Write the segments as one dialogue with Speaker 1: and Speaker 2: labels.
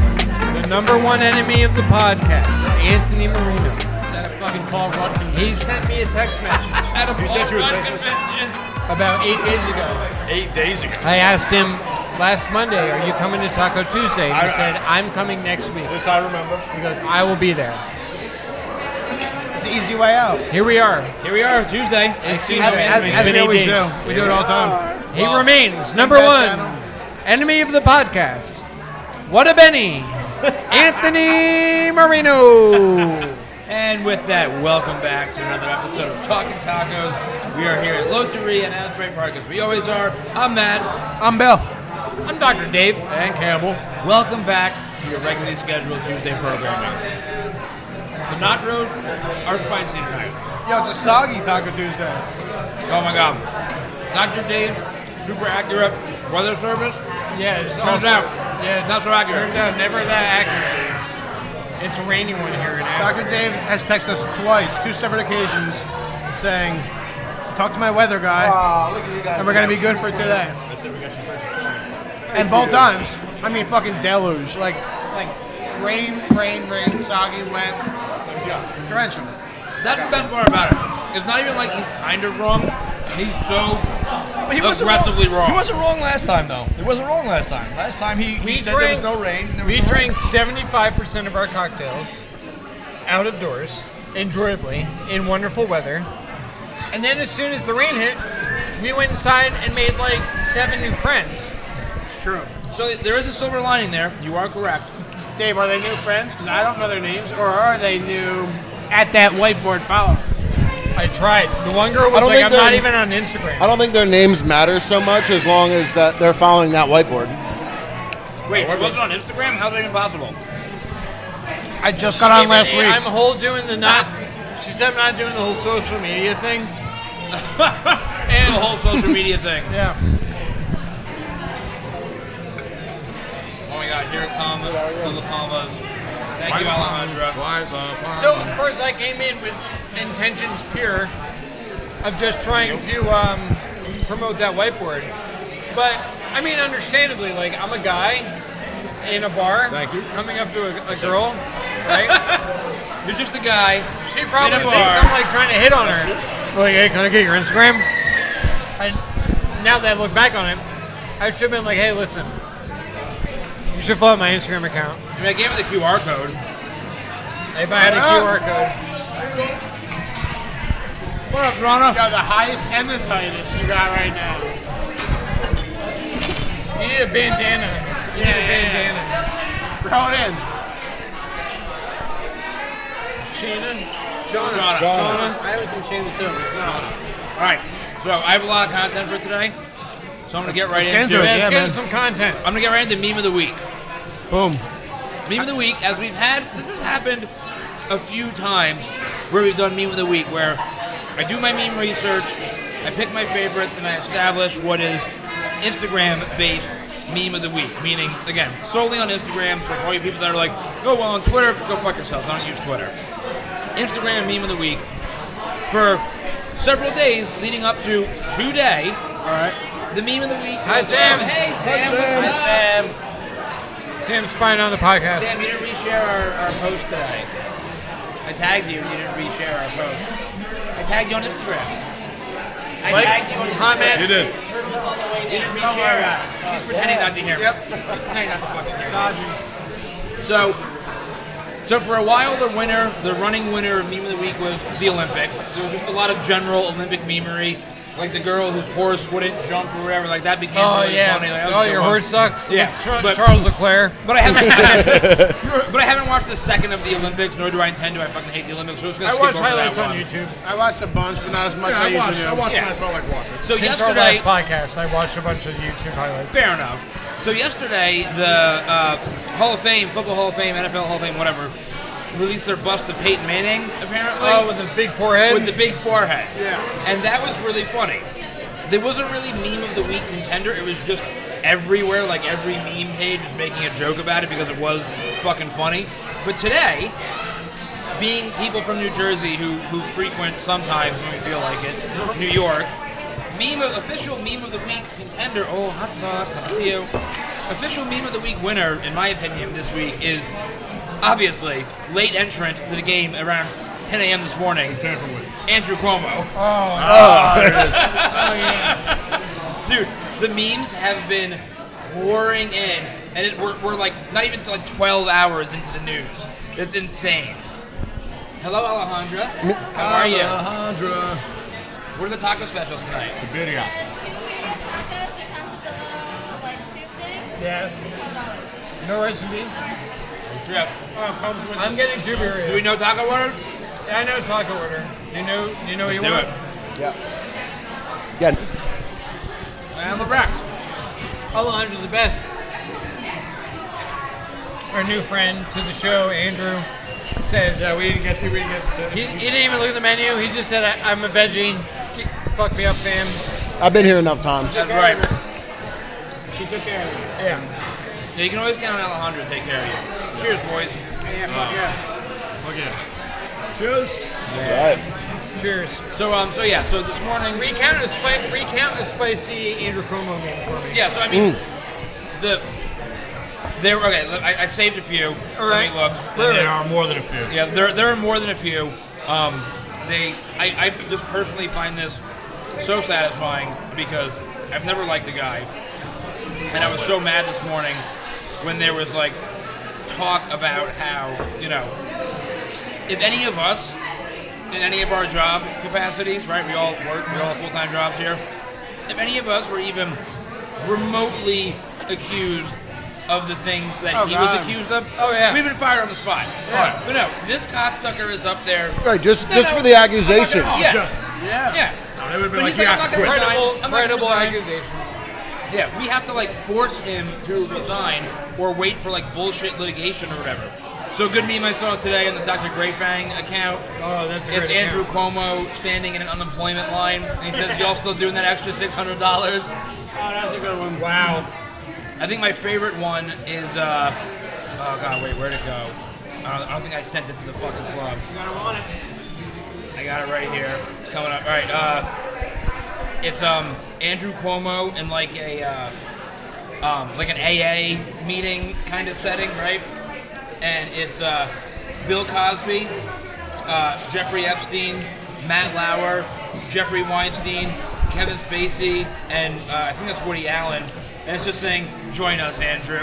Speaker 1: the number one enemy of the podcast, Anthony Marino.
Speaker 2: That a fucking Paul Rudd convention.
Speaker 1: He sent me a text message
Speaker 2: At a
Speaker 3: You sent you a
Speaker 2: Paul Rudd
Speaker 3: text message?
Speaker 2: convention.
Speaker 1: about eight days ago.
Speaker 3: Eight days ago.
Speaker 1: I asked him last Monday, "Are you coming to Taco Tuesday?" And he
Speaker 3: I- I-
Speaker 1: said, "I'm coming next week."
Speaker 3: This I remember.
Speaker 1: He goes, "I will be there."
Speaker 4: It's the easy way out.
Speaker 1: Here we are.
Speaker 2: Here we are, Tuesday. I've seen
Speaker 1: As-
Speaker 2: you,
Speaker 1: as-
Speaker 2: Anthony.
Speaker 1: as
Speaker 2: It's been
Speaker 4: we
Speaker 2: eight
Speaker 4: always
Speaker 2: days.
Speaker 4: do. We do it all the time.
Speaker 1: He remains number
Speaker 4: that
Speaker 1: one enemy of the podcast. What a Benny, Anthony Marino.
Speaker 2: And with that, welcome back to another episode of Talking Tacos. We are here at Loteria and Asbury Park, as we always are. I'm Matt.
Speaker 4: I'm Bill.
Speaker 1: I'm Dr. Dave.
Speaker 3: And Campbell.
Speaker 2: Welcome back to your regularly scheduled Tuesday programming. The Knot Road, Art Spice tonight.
Speaker 4: Yo, it's a soggy Taco Tuesday.
Speaker 2: Oh my God. Dr. Dave, super accurate weather service.
Speaker 1: Yeah, it's
Speaker 2: Turns
Speaker 1: also-
Speaker 2: out,
Speaker 1: Yeah,
Speaker 2: not so accurate.
Speaker 1: Turns out, never that accurate. It's a rainy one here in Akron.
Speaker 4: Dr. Dave has texted us twice, two separate occasions, saying, talk to my weather guy, and we're going to be good for today. And both times, I mean fucking deluge. Like, like rain, rain, rain, soggy, wet. Torrential.
Speaker 2: That's the best part about it. It's not even like he's kind of wrong. He's so
Speaker 3: But he
Speaker 2: Aggressively wrong.
Speaker 3: He wasn't wrong last time, though. He wasn't wrong last time. Last time he, he
Speaker 1: We
Speaker 3: said
Speaker 1: drank-
Speaker 3: there was no rain. and There was
Speaker 1: We
Speaker 3: no
Speaker 1: drink 75% of our cocktails out of doors, enjoyably, in wonderful weather. And then as soon as the rain hit, we went inside and made like seven new friends.
Speaker 4: It's true.
Speaker 2: So there is a silver lining there. You are correct.
Speaker 4: Dave, are they new friends? Because I don't know their names. Or are they new at that whiteboard follower?
Speaker 1: I tried. The one girl
Speaker 5: I
Speaker 1: was
Speaker 5: don't
Speaker 1: like,
Speaker 5: think
Speaker 1: I'm not
Speaker 5: they're-
Speaker 1: even on Instagram.
Speaker 5: I don't think their names matter so much as long as that they're following that whiteboard.
Speaker 2: Wait, she wasn't on Instagram? How's that even possible?
Speaker 4: I just got on last
Speaker 1: Hey,
Speaker 4: week.
Speaker 1: I'm whole doing the not. She said I'm not doing the whole social media thing.
Speaker 2: And the whole social media thing.
Speaker 1: Yeah.
Speaker 2: Oh my god, here it comes. To the Palmas. Thank you, Alejandra.
Speaker 1: So of course I came in with intentions pure of just trying to um, promote that whiteboard. But I mean, understandably, like I'm a guy in a bar,
Speaker 3: Thank you.
Speaker 1: coming up to a, a girl, right?
Speaker 2: You're just a guy.
Speaker 1: she probably
Speaker 2: In a
Speaker 1: thinks
Speaker 2: bar.
Speaker 1: I'm like trying to hit on her. Like, hey, can I get your Instagram? And now that I look back on it, I should have been like, hey, listen, you should follow my Instagram account.
Speaker 2: I mean, I gave her the QR code.
Speaker 1: If I had a
Speaker 2: Oh,
Speaker 1: QR code,
Speaker 2: What up, Rana?
Speaker 4: Yo, the highest and the tightest you got right now.
Speaker 1: you need a bandana. You need a bandana.
Speaker 4: Throw it in.
Speaker 1: Sheena.
Speaker 4: Shauna.
Speaker 2: Shauna.
Speaker 1: Shauna.
Speaker 4: I always think Shayna too, but it's not.
Speaker 2: All right. So I have a lot of content for today. So I'm gonna get right
Speaker 4: Let's get
Speaker 2: into
Speaker 4: into
Speaker 2: it.
Speaker 4: it.
Speaker 1: Let's
Speaker 4: Yeah,
Speaker 1: get
Speaker 4: man.
Speaker 1: some content.
Speaker 2: I'm gonna get right into meme of the week.
Speaker 4: Boom.
Speaker 2: Meme of the week, as we've had, this has happened a few times where we've done meme of the week, where I do my meme research, I pick my favorites, and I establish what is Instagram based meme of the week. Meaning, again, solely on Instagram for all you people that are like, go well on Twitter, go fuck yourselves. I don't use Twitter. Instagram meme of the week for several days leading up to today.
Speaker 4: All right.
Speaker 2: The meme of the week.
Speaker 1: Hi, Sam.
Speaker 2: Hey, Sam. What's up?
Speaker 1: Sam Spine on the podcast.
Speaker 2: Sam, you didn't reshare our, our post today. I tagged you and you didn't reshare our post. I tagged you on Instagram. I
Speaker 1: Like,
Speaker 2: tagged you on Instagram.
Speaker 1: comment.
Speaker 3: You did.
Speaker 2: You
Speaker 4: Don't
Speaker 2: didn't reshare
Speaker 4: worry
Speaker 2: it.
Speaker 4: about
Speaker 2: She's pretending not to hear me.
Speaker 4: Yep.
Speaker 2: Pretending not to fucking hear me.
Speaker 4: Dodging.
Speaker 2: So, so for a while, the winner, the running winner of meme of the week was the Olympics. There was just a lot of general Olympic memery, like the girl whose horse wouldn't jump or whatever. Like that became
Speaker 1: Oh
Speaker 2: really
Speaker 1: yeah.
Speaker 2: funny. Like, that was
Speaker 1: oh,
Speaker 2: a good
Speaker 1: your
Speaker 2: one.
Speaker 1: horse sucks.
Speaker 2: Yeah,
Speaker 1: Char-
Speaker 2: but-
Speaker 1: Charles Leclerc.
Speaker 2: But I haven't. but I haven't watched a second of the Olympics, nor do I intend to. I fucking hate the Olympics. So I'm just gonna
Speaker 1: I
Speaker 2: skip
Speaker 1: watched
Speaker 2: over
Speaker 1: highlights
Speaker 2: that
Speaker 1: on
Speaker 2: one.
Speaker 1: YouTube.
Speaker 4: I watched a bunch, but not as much as I, usually do.
Speaker 2: watched Yeah. it. I
Speaker 3: felt like watching.
Speaker 2: So
Speaker 1: Since our
Speaker 2: yesterday,
Speaker 1: last podcast, I watched a bunch of YouTube highlights.
Speaker 2: fair enough. So yesterday, the uh, Hall of Fame, Football Hall of Fame, NFL Hall of Fame, whatever, released their bust of Peyton Manning, apparently,
Speaker 1: Oh, with the big forehead.
Speaker 2: with the big forehead.
Speaker 4: Yeah.
Speaker 2: And that was really funny. There wasn't really meme of the week contender. It was just everywhere, like every meme page was making a joke about it because it was fucking funny. But today, being people from New Jersey who, who frequent sometimes when we feel like it, New York, meme of, official meme of the week contender. Oh, hot sauce, thank you. official meme of the week winner, in my opinion, this week is obviously late entrant to the game around 10 a.m. this morning.
Speaker 6: Tampa with.
Speaker 2: Andrew Cuomo. Dude, the memes have been pouring in, and it, we're, we're like not even like 12 hours into the news. It's insane. Hello, Alejandra. How are you?
Speaker 6: Alejandra.
Speaker 2: What are the taco specials tonight?
Speaker 6: The video.
Speaker 1: Yes. No rice and beans?
Speaker 2: Yep.
Speaker 1: I'm getting two
Speaker 2: Do we
Speaker 1: burritos.
Speaker 2: know taco orders?
Speaker 1: I know taco order. Do you know? Do you know what you want?
Speaker 5: Yeah.
Speaker 2: I'm a wrap.
Speaker 1: Alohandra's the best. Our new friend to the show, Andrew, says uh,
Speaker 6: Yeah, we didn't get to. We didn't get to.
Speaker 1: he, he didn't even look at the menu. He just said, I, "I'm a veggie." Get- Fuck me up, fam.
Speaker 5: I've been here enough times.
Speaker 2: That's right.
Speaker 4: She took care of it.
Speaker 1: Yeah.
Speaker 2: Yeah, you can always count on Alejandro to take care of you. Cheers, boys.
Speaker 4: Yeah, fuck yeah.
Speaker 6: Look at Cheers.
Speaker 5: Right.
Speaker 1: Cheers.
Speaker 2: So um, so yeah, so this morning we
Speaker 1: Recount the spicy. Recount the spicy Andrew Cuomo game for me.
Speaker 2: yeah, so I mean the there okay, look, I, I saved a few.
Speaker 1: All
Speaker 2: Let
Speaker 1: right.
Speaker 2: me look.
Speaker 1: There-
Speaker 6: There are more than a few.
Speaker 2: Yeah, there, there are more than a few. Um, they, I, I just personally find this so satisfying because I've never liked the guy, and I was so mad this morning when there was like talk about how you know if any of us in any of our job capacities, right? We all work, we all have full time jobs here. If any of us were even remotely accused of the things that he
Speaker 4: God.
Speaker 2: was accused of,
Speaker 1: Oh, yeah.
Speaker 2: we've been fired on the spot.
Speaker 6: Yeah.
Speaker 2: All right, But no, this cocksucker is up there.
Speaker 5: Right, just-
Speaker 2: No,
Speaker 5: just
Speaker 2: no,
Speaker 5: for the
Speaker 2: I'm not gonna-
Speaker 5: accusation.
Speaker 2: Yeah.
Speaker 6: Oh, Just.
Speaker 4: Yeah.
Speaker 2: yeah.
Speaker 6: No, they would have been
Speaker 2: But
Speaker 6: like,
Speaker 2: he's like, I'm
Speaker 6: yeah,
Speaker 2: not gonna
Speaker 6: quit.
Speaker 2: resign.
Speaker 1: Credible,
Speaker 2: I'm not
Speaker 1: credible
Speaker 2: gonna resign.
Speaker 1: accusation.
Speaker 2: Yeah, we have to like force him to resign or wait for like bullshit litigation or whatever. So good meme I saw today on the Dr. Greyfang account.
Speaker 1: Oh, that's a great
Speaker 2: It's Andrew Cuomo standing in an unemployment line, and he says, "Y'all still doing that extra six hundred dollars?"
Speaker 4: Oh, that was a good one.
Speaker 1: Wow.
Speaker 2: I think my favorite one is, uh, oh god, wait, where'd it go? I don't, I don't think I sent it to the fucking club.
Speaker 4: You gotta want it.
Speaker 2: I got it right here. It's coming up. All right. Uh, it's um Andrew Cuomo in like a uh, um, like an AA meeting kind of setting, right? And it's uh, Bill Cosby, uh, Jeffrey Epstein, Matt Lauer, Jeffrey Weinstein, Kevin Spacey, and uh, I think that's Woody Allen. And it's just saying, "Join us, Andrew."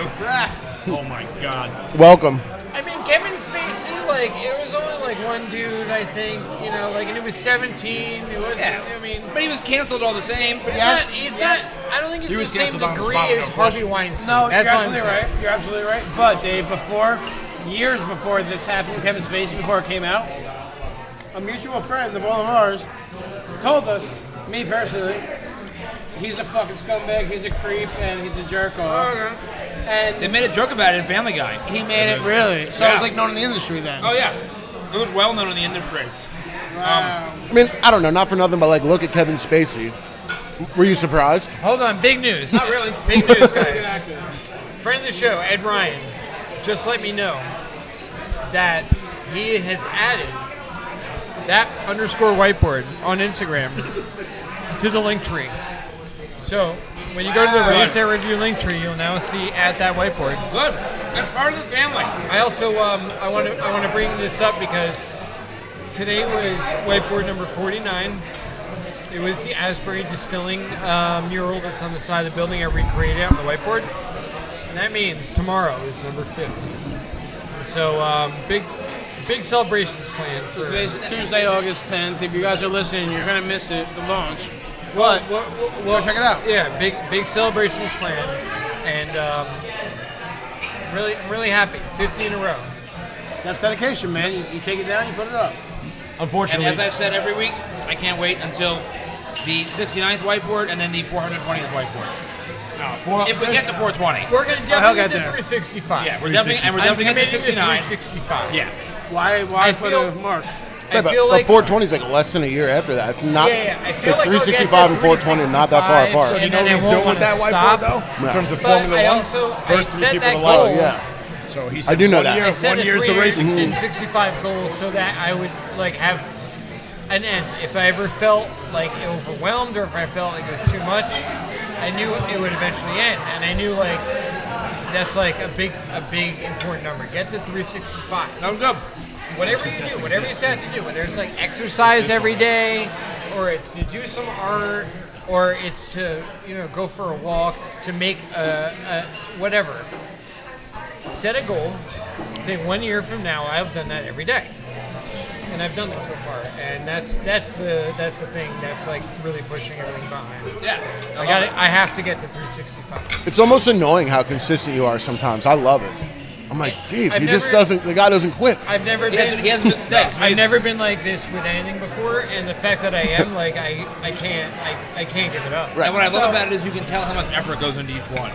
Speaker 6: Oh my god.
Speaker 5: Welcome.
Speaker 1: I mean, Kevin Spacey, like, it was only like one dude, I think, you know, like, and he was 17. It wasn't,
Speaker 2: Yeah.
Speaker 1: I mean,
Speaker 2: But he was canceled all the same.
Speaker 1: he's
Speaker 4: Yes.
Speaker 1: not, he's
Speaker 4: Yes.
Speaker 1: not, I don't think it's
Speaker 6: He
Speaker 1: the
Speaker 6: was
Speaker 1: same
Speaker 6: canceled on the
Speaker 1: degree
Speaker 6: spot,
Speaker 1: as
Speaker 6: no
Speaker 1: Harvey
Speaker 6: question.
Speaker 1: Weinstein.
Speaker 4: No,
Speaker 1: That's
Speaker 4: you're
Speaker 1: all I'm
Speaker 4: absolutely
Speaker 1: saying.
Speaker 4: right. You're absolutely right. But Dave, before years before this happened with Kevin Spacey, before it came out, a mutual friend of all of ours told us, me personally, he's a fucking scumbag, he's a creep, and he's a jerk off.
Speaker 2: They
Speaker 4: And
Speaker 2: made a joke about it in Family Guy.
Speaker 4: he made it really. So
Speaker 2: Yeah.
Speaker 4: it's like known in the industry then.
Speaker 2: Oh yeah, it was well known in the industry.
Speaker 1: um,
Speaker 2: Um,
Speaker 4: Wow.
Speaker 5: I mean, I don't know, not for nothing, but like, look at Kevin Spacey. Were you surprised?
Speaker 1: Hold on, big news.
Speaker 2: Not really.
Speaker 1: Big news, guys. Friend of the show, Ed Ryan, just let me know that he has added that underscore whiteboard on Instagram to the link tree. So when you go to the
Speaker 2: Wow.
Speaker 1: Race Air Review link tree, you'll now see at that whiteboard.
Speaker 2: Good. That's part of the family.
Speaker 1: I also um, I want to I want to bring this up because today was whiteboard number 49. It was the Asbury Distilling uh, mural that's on the side of the building I recreated it on the whiteboard, and that means tomorrow is number 50. So um, big big celebrations planned for.
Speaker 4: Today's Tuesday, August 10th. If you guys are listening, you're gonna miss it, the launch.
Speaker 1: Well,
Speaker 4: But
Speaker 1: well, well,
Speaker 4: check it out.
Speaker 1: Yeah, big big celebrations planned, and um, really I'm really happy. 50 in a row.
Speaker 4: that's dedication, man. You, you take it down, you put it up.
Speaker 2: And
Speaker 6: Unfortunately,
Speaker 2: as I've said every week, I can't wait until the 69th whiteboard and then the 420th whiteboard.
Speaker 6: no, four,
Speaker 2: If we get to 420.
Speaker 1: We're gonna
Speaker 4: I'll
Speaker 1: definitely
Speaker 4: get
Speaker 1: get to
Speaker 4: there.
Speaker 1: 365.
Speaker 2: Yeah, we're definitely, and we're
Speaker 1: I'm
Speaker 2: definitely
Speaker 1: committing
Speaker 2: getting to 69.
Speaker 1: 365.
Speaker 2: Yeah.
Speaker 4: Why why
Speaker 1: I
Speaker 4: put
Speaker 1: feel-
Speaker 4: a mark?
Speaker 1: I
Speaker 5: but,
Speaker 1: feel
Speaker 5: but
Speaker 1: like
Speaker 5: 420 is like less than a year after that. It's not.
Speaker 1: Yeah, yeah, I feel
Speaker 5: the
Speaker 1: like we'll get to
Speaker 5: 365 and 420 are not that
Speaker 1: 365,
Speaker 5: far apart.
Speaker 1: so
Speaker 6: you
Speaker 1: and then
Speaker 6: know
Speaker 1: they
Speaker 6: what he's
Speaker 1: won't
Speaker 6: doing with
Speaker 1: wanna
Speaker 6: that whiteboard
Speaker 1: stop.
Speaker 6: though, in
Speaker 5: No.
Speaker 6: terms of
Speaker 1: But
Speaker 6: Formula
Speaker 1: I
Speaker 6: One.
Speaker 1: also- I
Speaker 6: first three
Speaker 1: set
Speaker 6: people
Speaker 1: that
Speaker 6: to
Speaker 1: goal.
Speaker 5: oh,
Speaker 6: love.
Speaker 5: yeah.
Speaker 6: So he
Speaker 5: I do know
Speaker 6: one
Speaker 5: that.
Speaker 6: Year,
Speaker 1: I set
Speaker 6: one
Speaker 1: a
Speaker 6: year's the racing.
Speaker 1: 365 goal so that I would like have an end. If I ever felt like overwhelmed or if I felt like it was too much, I knew it would eventually end. And I knew like that's like a big, a big important number. Get to 365.
Speaker 2: I'm good.
Speaker 1: Whatever you do, whatever you set out to do, whether it's like exercise every day, or it's to do some art, or it's to you know go for a walk, to make a, a whatever. Set a goal. Say one year from now, I've done that every day, and I've done that so far. And that's that's the that's the thing that's like really pushing everything behind.
Speaker 2: Yeah.
Speaker 1: I got I have to get to 365.
Speaker 5: It's almost annoying how consistent you are sometimes. I love it. I'm like, Dave,
Speaker 1: I've
Speaker 5: he just
Speaker 1: never-
Speaker 5: doesn't. The guy doesn't quit.
Speaker 1: I've never
Speaker 2: He
Speaker 1: been.
Speaker 2: hasn't- he hasn't missed a day.
Speaker 1: I've never been like this with anything before, and the fact that I am, like, I, I can't, I, I can't give it up.
Speaker 5: Right.
Speaker 2: And what I love about it is you can tell how much effort goes into each one.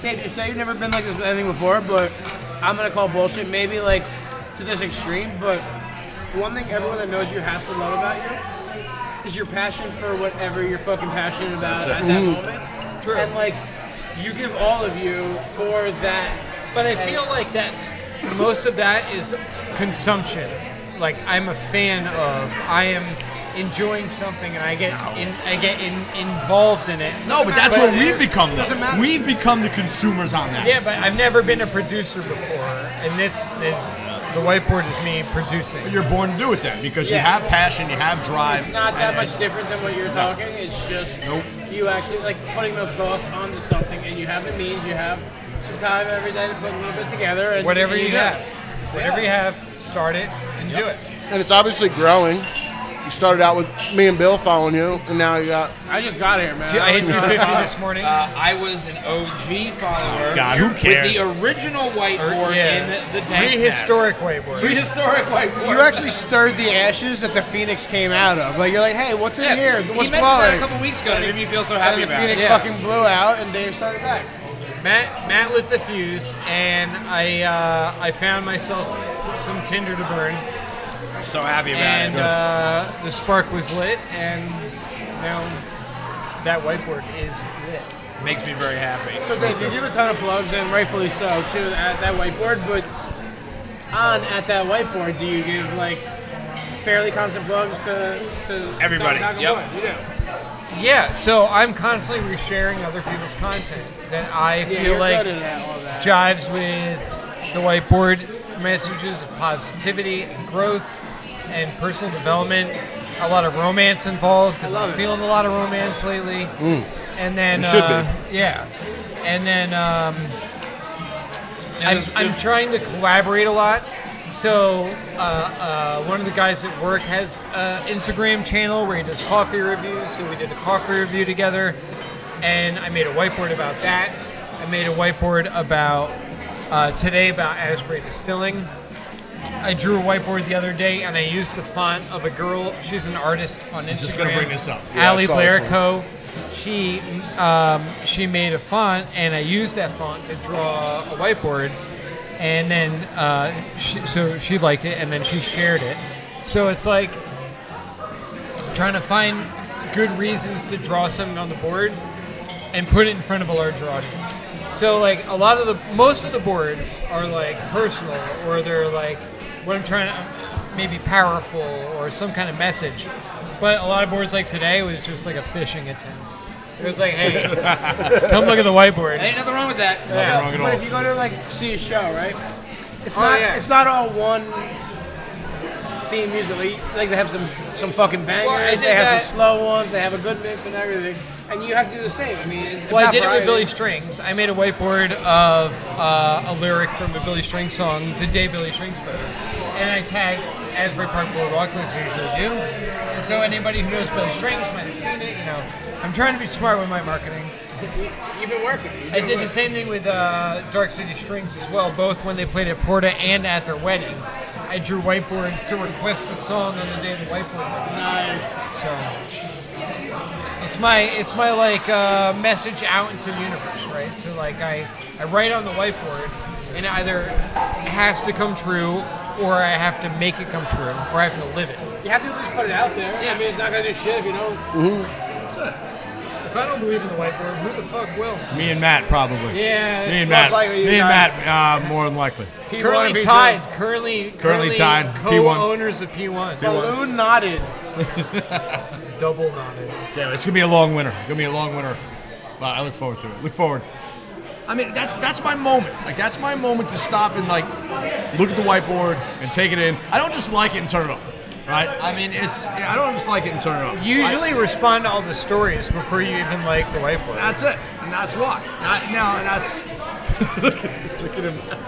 Speaker 4: Dave, you say you've never been like this with anything before, but I'm gonna call bullshit. Maybe like to this extreme, but one thing everyone that knows you has to love about you is your passion for whatever you're fucking passionate about at that moment.
Speaker 1: Mm-hmm. True.
Speaker 4: And like you give all of you for that.
Speaker 1: But I feel like that's most of that is consumption. Like I'm a fan of, I am enjoying something, and I get, in, I get in, involved in it.
Speaker 6: No, but that's
Speaker 1: But
Speaker 6: what
Speaker 1: it
Speaker 6: we've
Speaker 1: is-
Speaker 6: become.
Speaker 4: doesn't
Speaker 6: Though.
Speaker 4: matter.
Speaker 6: We've become the consumers on that.
Speaker 1: Yeah, but I've never been a producer before, and this is the whiteboard is me producing.
Speaker 6: You're born to do it then because you
Speaker 4: Yeah.
Speaker 6: have passion, you have drive.
Speaker 4: It's not that
Speaker 6: and
Speaker 4: much
Speaker 6: it's-
Speaker 4: different than what you're talking. It's just
Speaker 6: Nope.
Speaker 4: you actually like putting those thoughts onto something, and you have the means. You have some time every day to put a little bit together. And
Speaker 1: Whatever
Speaker 4: and
Speaker 1: you
Speaker 4: do it.
Speaker 1: have, whatever
Speaker 4: Yeah.
Speaker 1: you have, start it and do it.
Speaker 5: And it's obviously growing. You started out with me and Bill following you, and now you got.
Speaker 4: I just got here, man.
Speaker 1: I hit
Speaker 4: don't know.
Speaker 1: 250 this morning.
Speaker 2: Uh, I was an OG follower.
Speaker 6: God, who
Speaker 2: With
Speaker 6: cares?
Speaker 2: the original whiteboard in the bank.
Speaker 1: Prehistoric
Speaker 2: mask.
Speaker 1: whiteboard.
Speaker 2: Prehistoric whiteboard.
Speaker 4: You actually stirred the ashes that the phoenix came out of. Like you're like, hey, what's in
Speaker 2: Yeah,
Speaker 4: here?
Speaker 2: He
Speaker 4: What's
Speaker 2: mentioned that a
Speaker 4: glowing?
Speaker 2: couple weeks ago. and It made me feel so
Speaker 4: And
Speaker 2: happy
Speaker 4: the
Speaker 2: about
Speaker 4: phoenix
Speaker 2: it.
Speaker 1: Yeah.
Speaker 4: fucking blew out, and Dave started back.
Speaker 1: Matt Matt lit the fuse, and I uh, I found myself some tinder to burn,
Speaker 2: I'm so happy about
Speaker 1: and
Speaker 2: it.
Speaker 1: uh, the spark was lit, and now that whiteboard is lit.
Speaker 2: Makes me very happy.
Speaker 4: So Dave, you give a ton of plugs, and rightfully so too, at that whiteboard. But on at that whiteboard, do you give like fairly constant plugs to, to
Speaker 2: Everybody,
Speaker 4: knock on
Speaker 2: yep.
Speaker 4: wood? You do.
Speaker 1: Yeah, so I'm constantly resharing other people's content that I
Speaker 4: Yeah,
Speaker 1: feel
Speaker 4: you're
Speaker 1: like
Speaker 4: good at that, all that.
Speaker 1: jives with the whiteboard messages of positivity and growth and personal development. A lot of romance involved because I'm
Speaker 4: love it.
Speaker 1: feeling a lot of romance lately. And then
Speaker 5: Mm. You should
Speaker 1: uh, yeah, and then um, I'm, I'm trying to collaborate a lot. So uh, uh, one of the guys at work has an Instagram channel where he does coffee reviews. So we did a coffee review together, and I made a whiteboard about that. I made a whiteboard about uh, today about Asbury Distilling. I drew a whiteboard the other day, and I used the font of a girl. She's an artist on Instagram.
Speaker 6: just gonna bring this up.
Speaker 5: Yeah, I
Speaker 1: Allie
Speaker 5: saw this one.
Speaker 1: Blarico. She um, she made a font, and I used that font to draw a whiteboard. And then uh, she, so she liked it, and then she shared it. So it's like trying to find good reasons to draw something on the board and put it in front of a larger audience. So like a lot of the most of the boards are like personal or they're like what I'm trying to maybe powerful or some kind of message. But a lot of boards like today was just like a phishing attempt. It was like, hey, come look at the whiteboard.
Speaker 2: Ain't nothing wrong with that.
Speaker 1: Yeah.
Speaker 6: wrong at
Speaker 4: But
Speaker 6: all.
Speaker 4: if you go to like see a show, right? It's
Speaker 1: Oh,
Speaker 4: not
Speaker 1: yeah.
Speaker 4: it's not all one theme usually. Like they have some some fucking bangers,
Speaker 1: I
Speaker 4: they
Speaker 1: did
Speaker 4: have
Speaker 1: that-
Speaker 4: some slow ones, they have a good mix and everything. And you have to do the same. I mean, it's
Speaker 1: Well, I
Speaker 4: about
Speaker 1: did it with
Speaker 4: variety.
Speaker 1: Billy Strings. I made a whiteboard of uh, a lyric from a Billy Strings song, "The Day Billy Strings Spoke," and I tagged Asbury Park Boardwalk, as I usually do. And so anybody who knows Billy Strings might have seen it. You know, I'm trying to be smart with my marketing.
Speaker 4: You, have been working. You're
Speaker 1: I
Speaker 4: doing
Speaker 1: did the
Speaker 4: good.
Speaker 1: same thing with uh, Dark City Strings as well, both when they played at Porta and at their wedding. I drew whiteboards to request a song on the day of the whiteboard.
Speaker 4: Nice.
Speaker 1: So it's my it's my like uh, message out into the universe, right? So like I I write on the whiteboard, and either it has to come true, or I have to make it come true, or I have to live it.
Speaker 4: You have to at least put it out there. I mean, it's not gonna do shit if you don't.
Speaker 1: If I don't believe in the whiteboard, who the fuck will?
Speaker 6: Me and Matt probably.
Speaker 1: Yeah.
Speaker 6: Me and
Speaker 1: it's
Speaker 6: Matt.
Speaker 4: likely you
Speaker 6: Me and
Speaker 4: guys-
Speaker 6: Matt uh, more than likely.
Speaker 4: P1 and
Speaker 1: Currently
Speaker 4: P2.
Speaker 1: tied. Currently,
Speaker 6: Currently tied, P1.
Speaker 1: Co-owners of P1.
Speaker 4: Balloon knotted.
Speaker 1: Double knotted.
Speaker 6: Yeah, it's gonna be a long winter. It's gonna be a long winter, but I look forward to it. Look forward.
Speaker 3: I mean, that's that's my moment. Like that's my moment to stop and like look at the whiteboard and take it in. I don't just like it and turn it off. Right? I mean, it's I don't just like it and turn it off.
Speaker 1: Usually respond to all the stories before you even like the whiteboard.
Speaker 3: That's it, and that's why. Not, now, and that's look, at, look at him.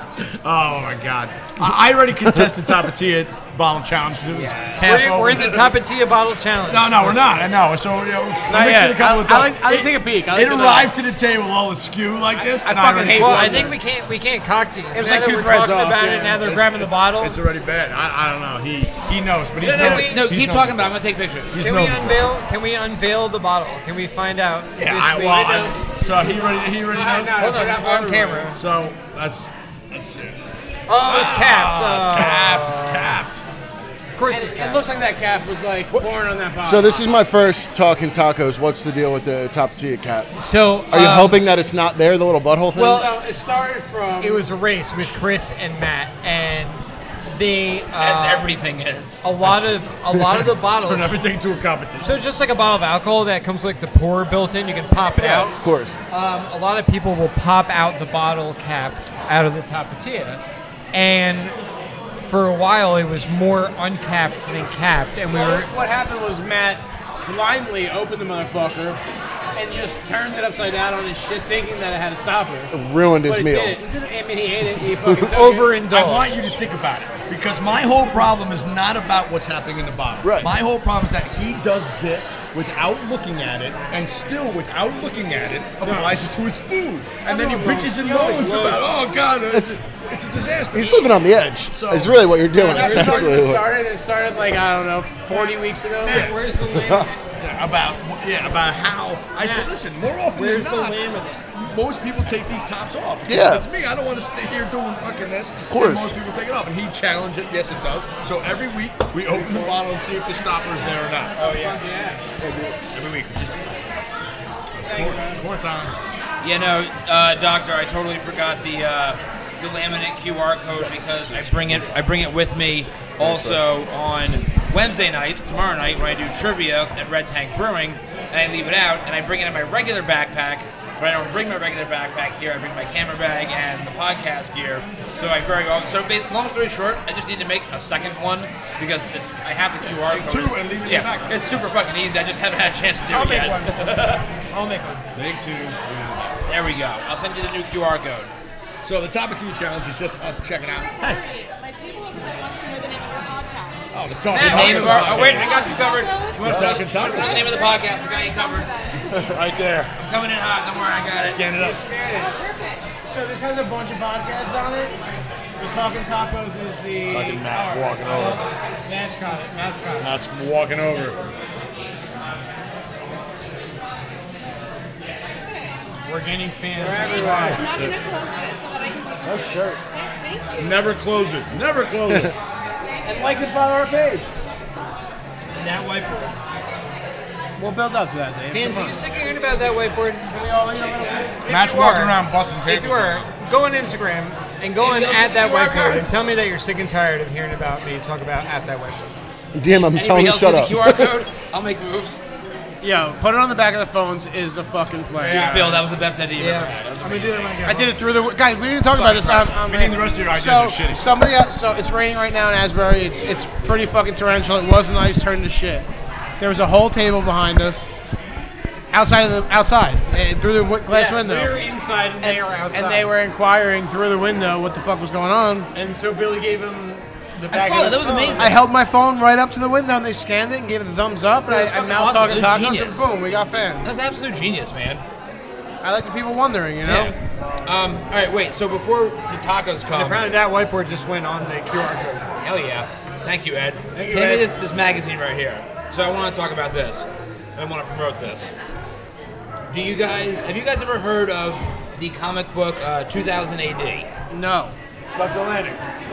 Speaker 3: Oh my God! I, I already contested Tapatia bottle challenge because it was half
Speaker 1: we're, we're in the
Speaker 3: over.
Speaker 1: Tapatia bottle challenge.
Speaker 3: No, no, we're not. I know. So you know, I'm mixing
Speaker 4: yet.
Speaker 3: a couple of
Speaker 4: I'll- I'll-
Speaker 3: thoughts.
Speaker 4: I'll
Speaker 3: It-
Speaker 4: take a peek. I'll
Speaker 3: it
Speaker 4: take a look.
Speaker 3: arrived to the table all askew like this.
Speaker 4: I
Speaker 3: and
Speaker 4: fucking
Speaker 3: already
Speaker 4: hate
Speaker 3: felt
Speaker 1: Well, I
Speaker 4: Well,
Speaker 1: think we can't we can't cock these.
Speaker 4: was
Speaker 1: now
Speaker 4: like
Speaker 1: that
Speaker 4: two
Speaker 1: we're
Speaker 4: threads
Speaker 1: talking
Speaker 4: off,
Speaker 1: about it,
Speaker 4: yeah.
Speaker 1: now they're
Speaker 3: It's-
Speaker 1: grabbing the
Speaker 3: it's-
Speaker 1: bottle.
Speaker 3: It's already bad. I, I don't know. He he knows, but he's
Speaker 2: No, no,
Speaker 3: known-
Speaker 2: we, no.
Speaker 3: he's
Speaker 2: Keep
Speaker 3: known
Speaker 2: talking about. it.
Speaker 3: before.
Speaker 2: I'm gonna take pictures.
Speaker 3: He's
Speaker 1: Can
Speaker 3: known
Speaker 1: we
Speaker 3: before.
Speaker 1: unveil? Can we unveil the bottle? Can we find out?
Speaker 3: Yeah,
Speaker 1: this
Speaker 3: I,
Speaker 1: week?
Speaker 3: well, I, so he already he already knows.
Speaker 1: Hold on, on camera.
Speaker 3: So that's that's it.
Speaker 1: Oh, it's capped.
Speaker 3: Ah,
Speaker 1: Uh,
Speaker 3: it's capped. It's capped.
Speaker 1: Of course, it's
Speaker 4: It
Speaker 1: capped.
Speaker 4: looks like that cap was like born on that box.
Speaker 5: So this is my first talking tacos. What's the deal with the Tapatia cap?
Speaker 1: So,
Speaker 5: Are you
Speaker 1: um,
Speaker 5: hoping that it's not there, the little butthole thing?
Speaker 1: Well-
Speaker 4: So it started from.
Speaker 1: It was a race with Chris and Matt, and they uh,
Speaker 2: As everything is.
Speaker 1: a lot of a lot of the bottles.
Speaker 3: Turn everything to a competition.
Speaker 1: So just like a bottle of alcohol that comes with, like the pour built in, you can pop it out.
Speaker 5: of course.
Speaker 1: um, a lot of people will pop out the bottle cap out of the tapatia, and for a while it was more uncapped than capped, and we
Speaker 4: Well,
Speaker 1: were
Speaker 4: what happened was Matt blindly opened the motherfucker and just turned it upside down on his shit, thinking that it had a stopper.
Speaker 5: Ruined
Speaker 4: But
Speaker 5: his
Speaker 4: it
Speaker 5: meal.
Speaker 4: didn't. It didn't- I mean, he ate it. He fucking took it.
Speaker 1: overindulged.
Speaker 3: I want you to think about it because my whole problem is not about what's happening in the bottle.
Speaker 5: Right.
Speaker 3: My whole problem is that he does this without looking at it, and still without looking at it, applies it to his food, and then he bitches and moans about, "Oh God, it's it's a disaster."
Speaker 5: He's living on the edge.
Speaker 3: So-
Speaker 5: It's really what you're doing,
Speaker 4: It started, it
Speaker 5: essentially.
Speaker 4: started. It started like I don't know, 40 weeks ago.
Speaker 1: Where's the lamb?
Speaker 3: Yeah, about yeah, about how I said, "Listen, more often
Speaker 1: Where's the
Speaker 3: than not."
Speaker 1: lamb in it?
Speaker 3: most people take these tops off.
Speaker 5: Yeah.
Speaker 3: It's me. I don't want to stay here doing fucking this. Of
Speaker 5: course.
Speaker 3: most people take it off. And he challenged it. Yes, it does. So every week, we open the bottle and see if the stopper is there or not. Oh, yeah. Every week. we Just. It's corn, corn time.
Speaker 2: Yeah, no, uh, doctor, I totally forgot the uh, the laminate QR code because I bring it I bring it with me also on Wednesday nights, tomorrow night when I do trivia at Red Tank Brewing, and I leave it out and I bring it in my regular backpack. But I don't bring my regular backpack here. I bring my camera bag and the podcast gear. So I very often. So ba- long story short, I just need to make a second one because it's, I have the QR code.
Speaker 3: two and leave it in the
Speaker 2: yeah,
Speaker 3: backpack.
Speaker 2: it's super fucking easy. I just haven't had a chance to do it yet.
Speaker 1: I'll make one.
Speaker 3: Big two.
Speaker 2: There we go. I'll send you the new QR code.
Speaker 3: So the top of two challenge is just us checking out. Hey.
Speaker 7: Sorry, my table upside wants to know the name of your podcast.
Speaker 3: Oh, the top.
Speaker 2: The name of our. Oh, wait, I got you covered. You
Speaker 7: Tacos?
Speaker 2: want to
Speaker 3: Talking
Speaker 2: tell- what's
Speaker 3: tacos.
Speaker 2: the name of the podcast? I got you covered.
Speaker 3: Right there.
Speaker 2: I'm coming in hot. Don't worry, I got it.
Speaker 3: Scan it up.
Speaker 7: Oh, perfect.
Speaker 4: So this has a bunch of podcasts on it. The Talking Tacos is the.
Speaker 3: Fucking Matt walking over.
Speaker 1: Matt's got it. Matt's got it.
Speaker 3: Matt's walking over.
Speaker 1: We're gaining fans.
Speaker 7: I'm not going to close it so that I can. No shirt. Thank you.
Speaker 3: Never close it. Never close it.
Speaker 4: And like and follow our page.
Speaker 1: And that whiteboard.
Speaker 4: We'll build up to that, Dave.
Speaker 1: Fans, are you sick of hearing about that whiteboard?
Speaker 4: Can we all eat a little bit?
Speaker 3: Matt's
Speaker 1: you
Speaker 3: walking
Speaker 1: are-
Speaker 3: around busting
Speaker 1: If
Speaker 3: tables.
Speaker 1: you are, go on Instagram and go and at that whiteboard and tell me that you're sick and tired of hearing about me talk about at that whiteboard.
Speaker 5: Damn, I'm
Speaker 2: Anybody
Speaker 5: telling you,
Speaker 2: else
Speaker 5: shut
Speaker 2: with the
Speaker 5: up.
Speaker 2: QR code? I'll make moves.
Speaker 4: Yo, put it on the back of the phones is the fucking plan.
Speaker 3: Yeah.
Speaker 2: Bill, that was the best idea you've ever
Speaker 1: Yeah,
Speaker 2: had.
Speaker 1: I'm gonna do that when I get
Speaker 4: I
Speaker 1: home.
Speaker 4: did it through the guys. We didn't talk about this. I'm, I'm
Speaker 3: I mean, the rest of your ideas
Speaker 4: so,
Speaker 3: are shitty.
Speaker 4: Somebody else. So it's raining right now in Asbury. It's it's pretty fucking torrential. It was nice. Turned to shit. There was a whole table behind us, outside of the outside eh, through the wi- glass window.
Speaker 1: We were inside and, they
Speaker 4: And-
Speaker 1: were outside.
Speaker 4: And they were inquiring through the window what the fuck was going on.
Speaker 1: And so Billy gave him the
Speaker 2: I
Speaker 1: back. of
Speaker 2: saw that.
Speaker 1: the
Speaker 2: That was
Speaker 1: phone.
Speaker 2: amazing.
Speaker 4: I held my phone right up to the window and they scanned it and gave it the thumbs up. And
Speaker 2: Yeah,
Speaker 4: I,
Speaker 2: that's
Speaker 4: I'm
Speaker 2: fucking
Speaker 4: now talking
Speaker 2: awesome. It was
Speaker 4: tacos
Speaker 2: genius.
Speaker 4: and boom, we got fans.
Speaker 2: That's absolute genius, man.
Speaker 4: I like the people wondering, you know.
Speaker 2: Yeah. Um, all right, wait. So before the tacos come,
Speaker 1: Apparently that whiteboard just went on the QR code.
Speaker 2: Hell yeah. Thank you, Ed. Thank
Speaker 1: you, Ed.
Speaker 2: Hand me this, this magazine right here. So I want to talk about this. And I want to promote this. Do you guys, have you guys ever heard of the comic book uh, 2000 AD?
Speaker 4: No.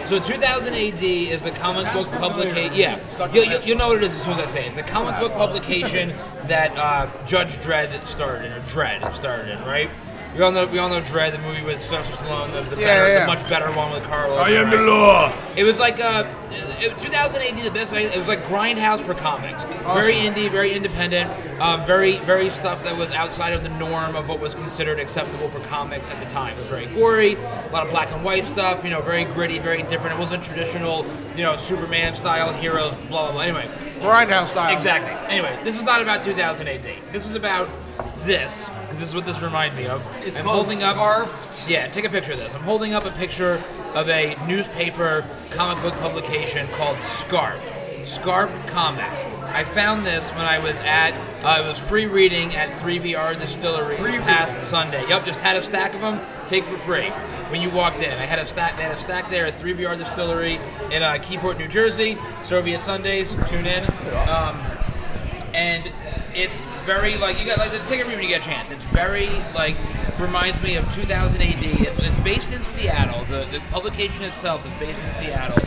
Speaker 2: So 2000 AD is the comic book publication. Yeah. You, you, you know what it is as soon as I say it. It's the comic book publication that uh, Judge Dredd started in, or Dredd started in, right? We all know we all know Dread, the movie with Sylvester Stallone, the, the,
Speaker 4: Yeah, yeah,
Speaker 2: better,
Speaker 4: yeah.
Speaker 2: the much better one with Carlo.
Speaker 3: Oh, law.
Speaker 2: It was like uh, it- 2008 did the best. It was like Grindhouse for comics. Very indie, very independent, um, very very stuff that was outside of the norm of what was considered acceptable for comics at the time. It was very gory, a lot of black and white stuff. You know, very gritty, very different. It wasn't traditional, you know, Superman style heroes. Blah blah blah. Anyway,
Speaker 4: Grindhouse style.
Speaker 2: exactly. Anyway, this is not about 2008. This is about this because this is what this reminds me of.
Speaker 1: It's
Speaker 2: I'm
Speaker 1: called
Speaker 2: holding up.
Speaker 1: Scarfed.
Speaker 2: Yeah, take a picture of this. I'm holding up a picture of a newspaper comic book publication called Scarf. Scarf Comics. I found this when I was at, uh, it was free reading at 3VR Distillery this past Sunday. Yep, just had a stack of them, take for free. When you walked in, I had a stack, they had a stack there at 3VR Distillery in uh, Keyport, New Jersey. Soviet Sundays, tune in. Um, and it's very like you got like take a read when you get a chance. It's very like reminds me of 2000 AD. It's, it's based in Seattle. The the publication itself is based in Seattle,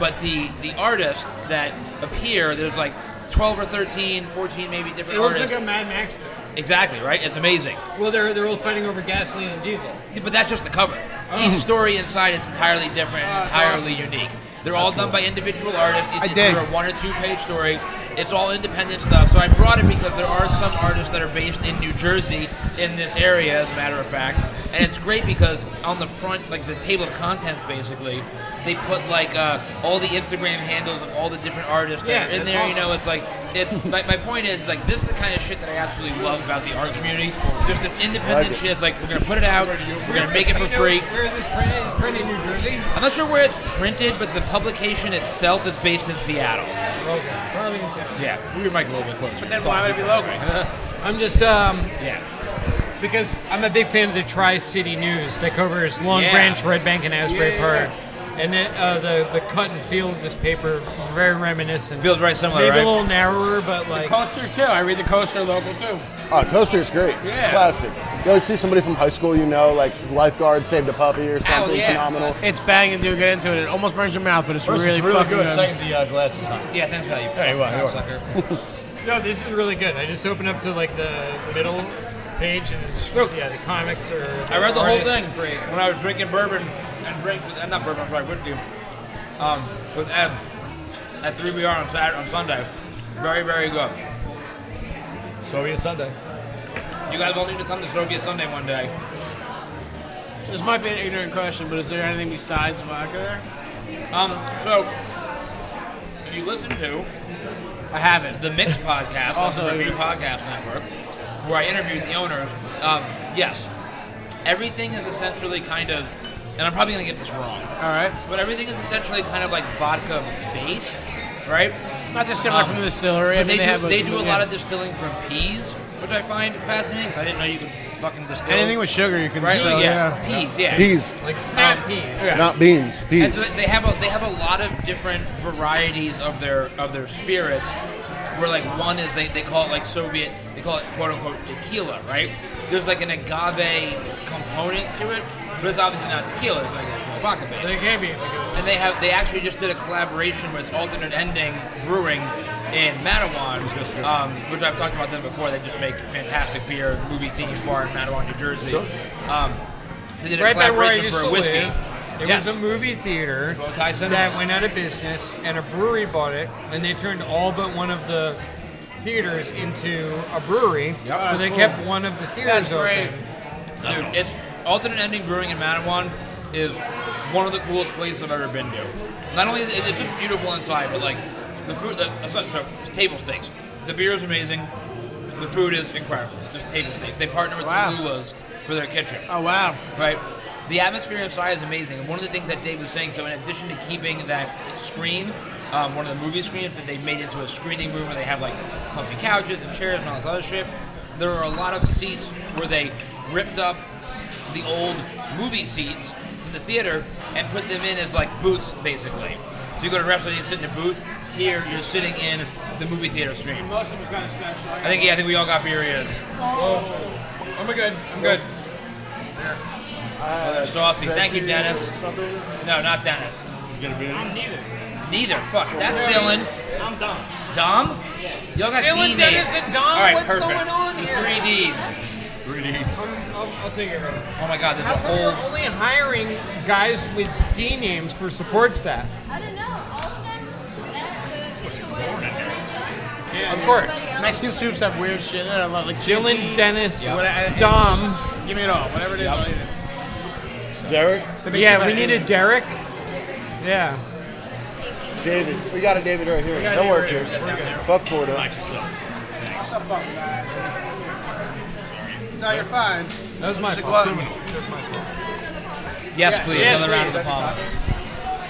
Speaker 2: but the the artists that appear there's like 12 or 13, 14 maybe different
Speaker 7: It looks
Speaker 2: artists.
Speaker 7: like a Mad Max. thing.
Speaker 2: exactly right. It's amazing.
Speaker 1: Well, they're they're all fighting over gasoline and diesel.
Speaker 2: Yeah, But that's just the cover.
Speaker 1: Oh.
Speaker 2: Each story inside is entirely different, entirely unique. They're all done by individual artists. It's
Speaker 4: I
Speaker 2: either
Speaker 4: dig.
Speaker 2: a one or two page story. It's all independent stuff. So I brought it because there are some artists that are based in New Jersey in this area, as a matter of fact. And it's great because on the front, like the table of contents, basically, they put like uh, all the Instagram handles of all the different artists that
Speaker 1: Yeah,
Speaker 2: are in
Speaker 1: that's
Speaker 2: there. You
Speaker 1: awesome.
Speaker 2: know, know, it's like it's my, my point is like this is the kind of shit that I absolutely love about the art community. Just this independent
Speaker 5: Like it.
Speaker 2: shit. It's like we're gonna put it out, we're gonna make it for
Speaker 1: You know
Speaker 2: free.
Speaker 1: Where this print is printed in New Jersey?
Speaker 2: I'm not sure where it's printed, but the publication itself is based in Seattle.
Speaker 1: Okay, probably in Seattle.
Speaker 2: Yeah, move your mic a little bit closer.
Speaker 4: Then why would it be local?
Speaker 1: I'm just um
Speaker 2: Yeah,
Speaker 1: because I'm a big fan of the Tri City News that covers Long
Speaker 2: Yeah.
Speaker 1: Branch, Red Bank, and Asbury Park. And it, uh, the the cut and feel of this paper very reminiscent.
Speaker 2: feels very similar,
Speaker 1: Maybe a
Speaker 2: right?
Speaker 1: little narrower, but like
Speaker 4: Coaster too. I read the coaster local too.
Speaker 5: Oh, Coaster is great.
Speaker 4: Yeah.
Speaker 5: Classic. You always see somebody from high school you know, like lifeguard saved a puppy or
Speaker 4: Oh,
Speaker 5: something
Speaker 2: yeah.
Speaker 5: phenomenal.
Speaker 4: It's banging, dude. Get into it. It almost burns your mouth, but it's
Speaker 3: First,
Speaker 4: really,
Speaker 3: it's really
Speaker 4: fucking
Speaker 3: good.
Speaker 4: good.
Speaker 3: Second, the uh, glass is hot.
Speaker 2: Yeah, thanks, value.
Speaker 3: Hey, what, what?
Speaker 2: Sucker.
Speaker 1: no, this is really good. I just opened up to like the middle page and it's, yeah, the comics are.
Speaker 2: I read the whole
Speaker 1: artists
Speaker 2: thing
Speaker 1: Great.
Speaker 2: when I was drinking bourbon and drink with, uh, not bourbon, I'm sorry, whiskey, um, with Ed at 3BR on Saturday, on Sunday. Very, very good.
Speaker 3: Soviet Sunday.
Speaker 2: You guys all need to come to Soviet Sunday one day.
Speaker 4: This might be an ignorant question, but is there anything besides vodka there?
Speaker 2: Um, so if you listen to
Speaker 4: I haven't.
Speaker 2: the Mix podcast, also
Speaker 4: Also,
Speaker 2: the Review
Speaker 4: yes.
Speaker 2: Podcast Network, where I interviewed the owners, um, yes, everything is essentially kind of, and I'm probably gonna get this wrong,
Speaker 4: All right.
Speaker 2: but everything is essentially kind of like vodka based, right?
Speaker 4: Not dissimilar
Speaker 2: Um,
Speaker 4: from the distillery. I
Speaker 2: But
Speaker 4: mean,
Speaker 2: they do
Speaker 4: have
Speaker 2: they do a
Speaker 4: yeah.
Speaker 2: lot of distilling from peas, which I find fascinating because I didn't know you could fucking distill
Speaker 4: anything with sugar. You can
Speaker 2: right?
Speaker 4: distill,
Speaker 2: yeah.
Speaker 4: yeah.
Speaker 2: peas, yeah. Um,
Speaker 5: Peas,
Speaker 1: Like snap peas.
Speaker 2: Yeah.
Speaker 5: not beans.
Speaker 2: And
Speaker 5: Peas.
Speaker 2: so they have a they have a lot of different varieties of their of their spirits. Where like one is they, they call it like Soviet they call it quote unquote tequila, right? There's like an agave component to it, but it's obviously not tequila. It's like it's vodka based
Speaker 1: They can be.
Speaker 2: and they have they actually just did a collaboration with Alternate Ending Brewing in Mattawan, um, which I've talked about them before. They just make fantastic beer, movie themed bar in Mattawan, New Jersey. Um, they did a
Speaker 1: Right by where I
Speaker 2: collaboration
Speaker 1: used
Speaker 2: for
Speaker 1: to
Speaker 2: a whiskey.
Speaker 1: live. It
Speaker 2: Yes.
Speaker 1: was a movie theater
Speaker 2: Bow tie cinemas.
Speaker 1: that went out of business, and a brewery bought it, and they turned all but one of the theaters into a brewery. Yep. But they kept one of the theaters
Speaker 4: That's great.
Speaker 1: open.
Speaker 2: Dude, it's alternate ending brewing in Mattawan is one of the coolest places I've ever been to. Not only is it, it's just beautiful inside, but like the food, the, uh, so, so it's table steaks. The beer is amazing. The food is incredible. Just table steaks. They partner with
Speaker 4: Wow.
Speaker 2: Tallulah's for their kitchen
Speaker 4: Oh wow.
Speaker 2: right? The atmosphere inside is amazing. And one of the things that Dave was saying, so in addition to keeping that screen, um, one of the movie screens that they've made into a screening room where they have like comfy couches and chairs and all this other shit, there are a lot of seats where they ripped up the old movie seats from the theater and put them in as like booths, basically. So you go to a restaurant, you sit in a booth. Here, you're sitting in the movie theater screen.
Speaker 4: Most of it's kind of special.
Speaker 2: I think, yeah, I think we all got birrias.
Speaker 1: I'm good. I'm good.
Speaker 2: They're saucy. Thank you, Dennis. No, not Dennis.
Speaker 7: I'm neither.
Speaker 2: Neither. Fuck. That's Dylan.
Speaker 7: I'm done.
Speaker 2: Dom? Y'all got
Speaker 1: Dylan,
Speaker 2: D
Speaker 1: Dennis,
Speaker 2: name.
Speaker 1: and Dom,
Speaker 2: All right,
Speaker 1: what's
Speaker 2: perfect.
Speaker 1: going on
Speaker 2: The
Speaker 1: here?
Speaker 2: Three D's.
Speaker 3: Greenies.
Speaker 1: I'll, I'll take it. Right.
Speaker 2: Oh my God, there's
Speaker 1: How
Speaker 2: a
Speaker 1: come
Speaker 2: whole.
Speaker 1: you're only hiring guys with D names for support staff?
Speaker 7: I don't know. All of them. That, the, the white is very sun.
Speaker 1: Of course.
Speaker 4: Mexican soups have weird shit in it. I love like
Speaker 1: Dylan, Dennis,
Speaker 4: What- I- it's
Speaker 1: Dom.
Speaker 4: just- Give me it all. Whatever it is, I'll eat it.
Speaker 5: Derek,
Speaker 4: That makes
Speaker 1: Yeah,
Speaker 4: you
Speaker 1: we
Speaker 4: better.
Speaker 1: need a Derek. Yeah.
Speaker 5: David. We got a David right here. Don't work here. Fuck Porto.
Speaker 4: Stop fucking that. No, you're fine.
Speaker 1: That was my
Speaker 4: Just a
Speaker 1: fault.
Speaker 4: glutton.
Speaker 2: Yes, please.
Speaker 1: Yes,
Speaker 2: Another round of
Speaker 1: please.
Speaker 2: applause.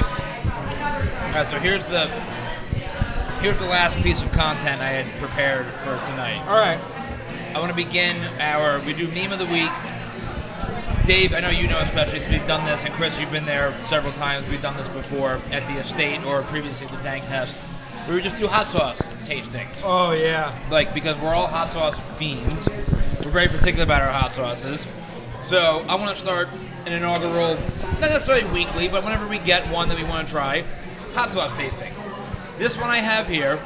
Speaker 2: All right, so here's the here's the last piece of content I had prepared for tonight.
Speaker 1: All right.
Speaker 2: I want to begin our we do meme of the week. Dave, I know you know especially because we've done this, and Chris, you've been there several times. We've done this before at the estate or previously at the Dank Nest. We would just do hot sauce tastings,
Speaker 1: Oh yeah.
Speaker 2: like because we're all hot sauce fiends. We're very particular about our hot sauces. So I want to start an inaugural, not necessarily weekly, but whenever we get one that we want to try, hot sauce tasting. This one I have here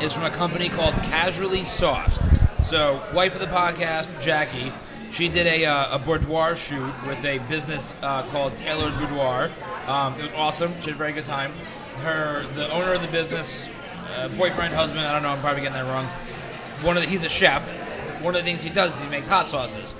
Speaker 2: is from a company called Casually Sauced. So, wife of the podcast, Jackie, she did a, uh, a boudoir shoot with a business uh, called Tailored Boudoir. Um, it was awesome. She had a very good time. Her, the owner of the business, uh, boyfriend, husband, I don't know, I'm probably getting that wrong. One of the, he's a chef. One of the things he does is he makes hot sauces.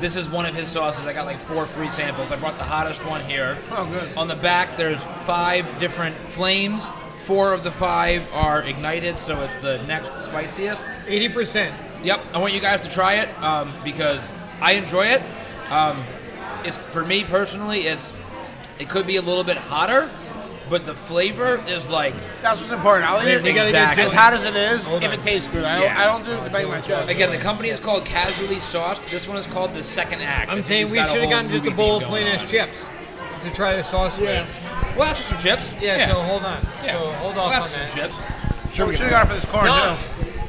Speaker 2: This is one of his sauces. I got like four free samples. I brought the hottest one here.
Speaker 4: Oh, good.
Speaker 2: On the back, there's five different flames. Four of the five are ignited, so it's the next spiciest.
Speaker 1: Eighty percent.
Speaker 2: Yep, I want you guys to try it um, because I enjoy it. Um, it's for me personally, it's it could be a little bit hotter, but the flavor is like
Speaker 4: That's what's important. I'll eat it
Speaker 2: We gotta get
Speaker 4: exactly. as
Speaker 2: Dylan.
Speaker 4: hot as it is,
Speaker 1: Hold
Speaker 4: if
Speaker 1: on.
Speaker 4: it tastes good. I don't,
Speaker 2: Yeah.
Speaker 4: I don't do it depending on my show.
Speaker 2: again the company is called Casually Sauced. This one is called the Second Act.
Speaker 1: I'm
Speaker 2: It's-
Speaker 1: saying
Speaker 2: it's
Speaker 1: we
Speaker 2: got
Speaker 1: should have
Speaker 2: whole
Speaker 1: gotten just a
Speaker 2: movie
Speaker 1: bowl of
Speaker 2: theme
Speaker 1: plain
Speaker 2: going
Speaker 1: ass
Speaker 2: on.
Speaker 1: chips to try the sauce with.
Speaker 2: Well, that's just some chips.
Speaker 1: Yeah, So hold on. So hold
Speaker 2: Well,
Speaker 1: off
Speaker 2: that's
Speaker 1: on
Speaker 2: some
Speaker 1: that.
Speaker 2: chips.
Speaker 4: Sure, we should have got it for this corn,
Speaker 1: Don,
Speaker 4: too.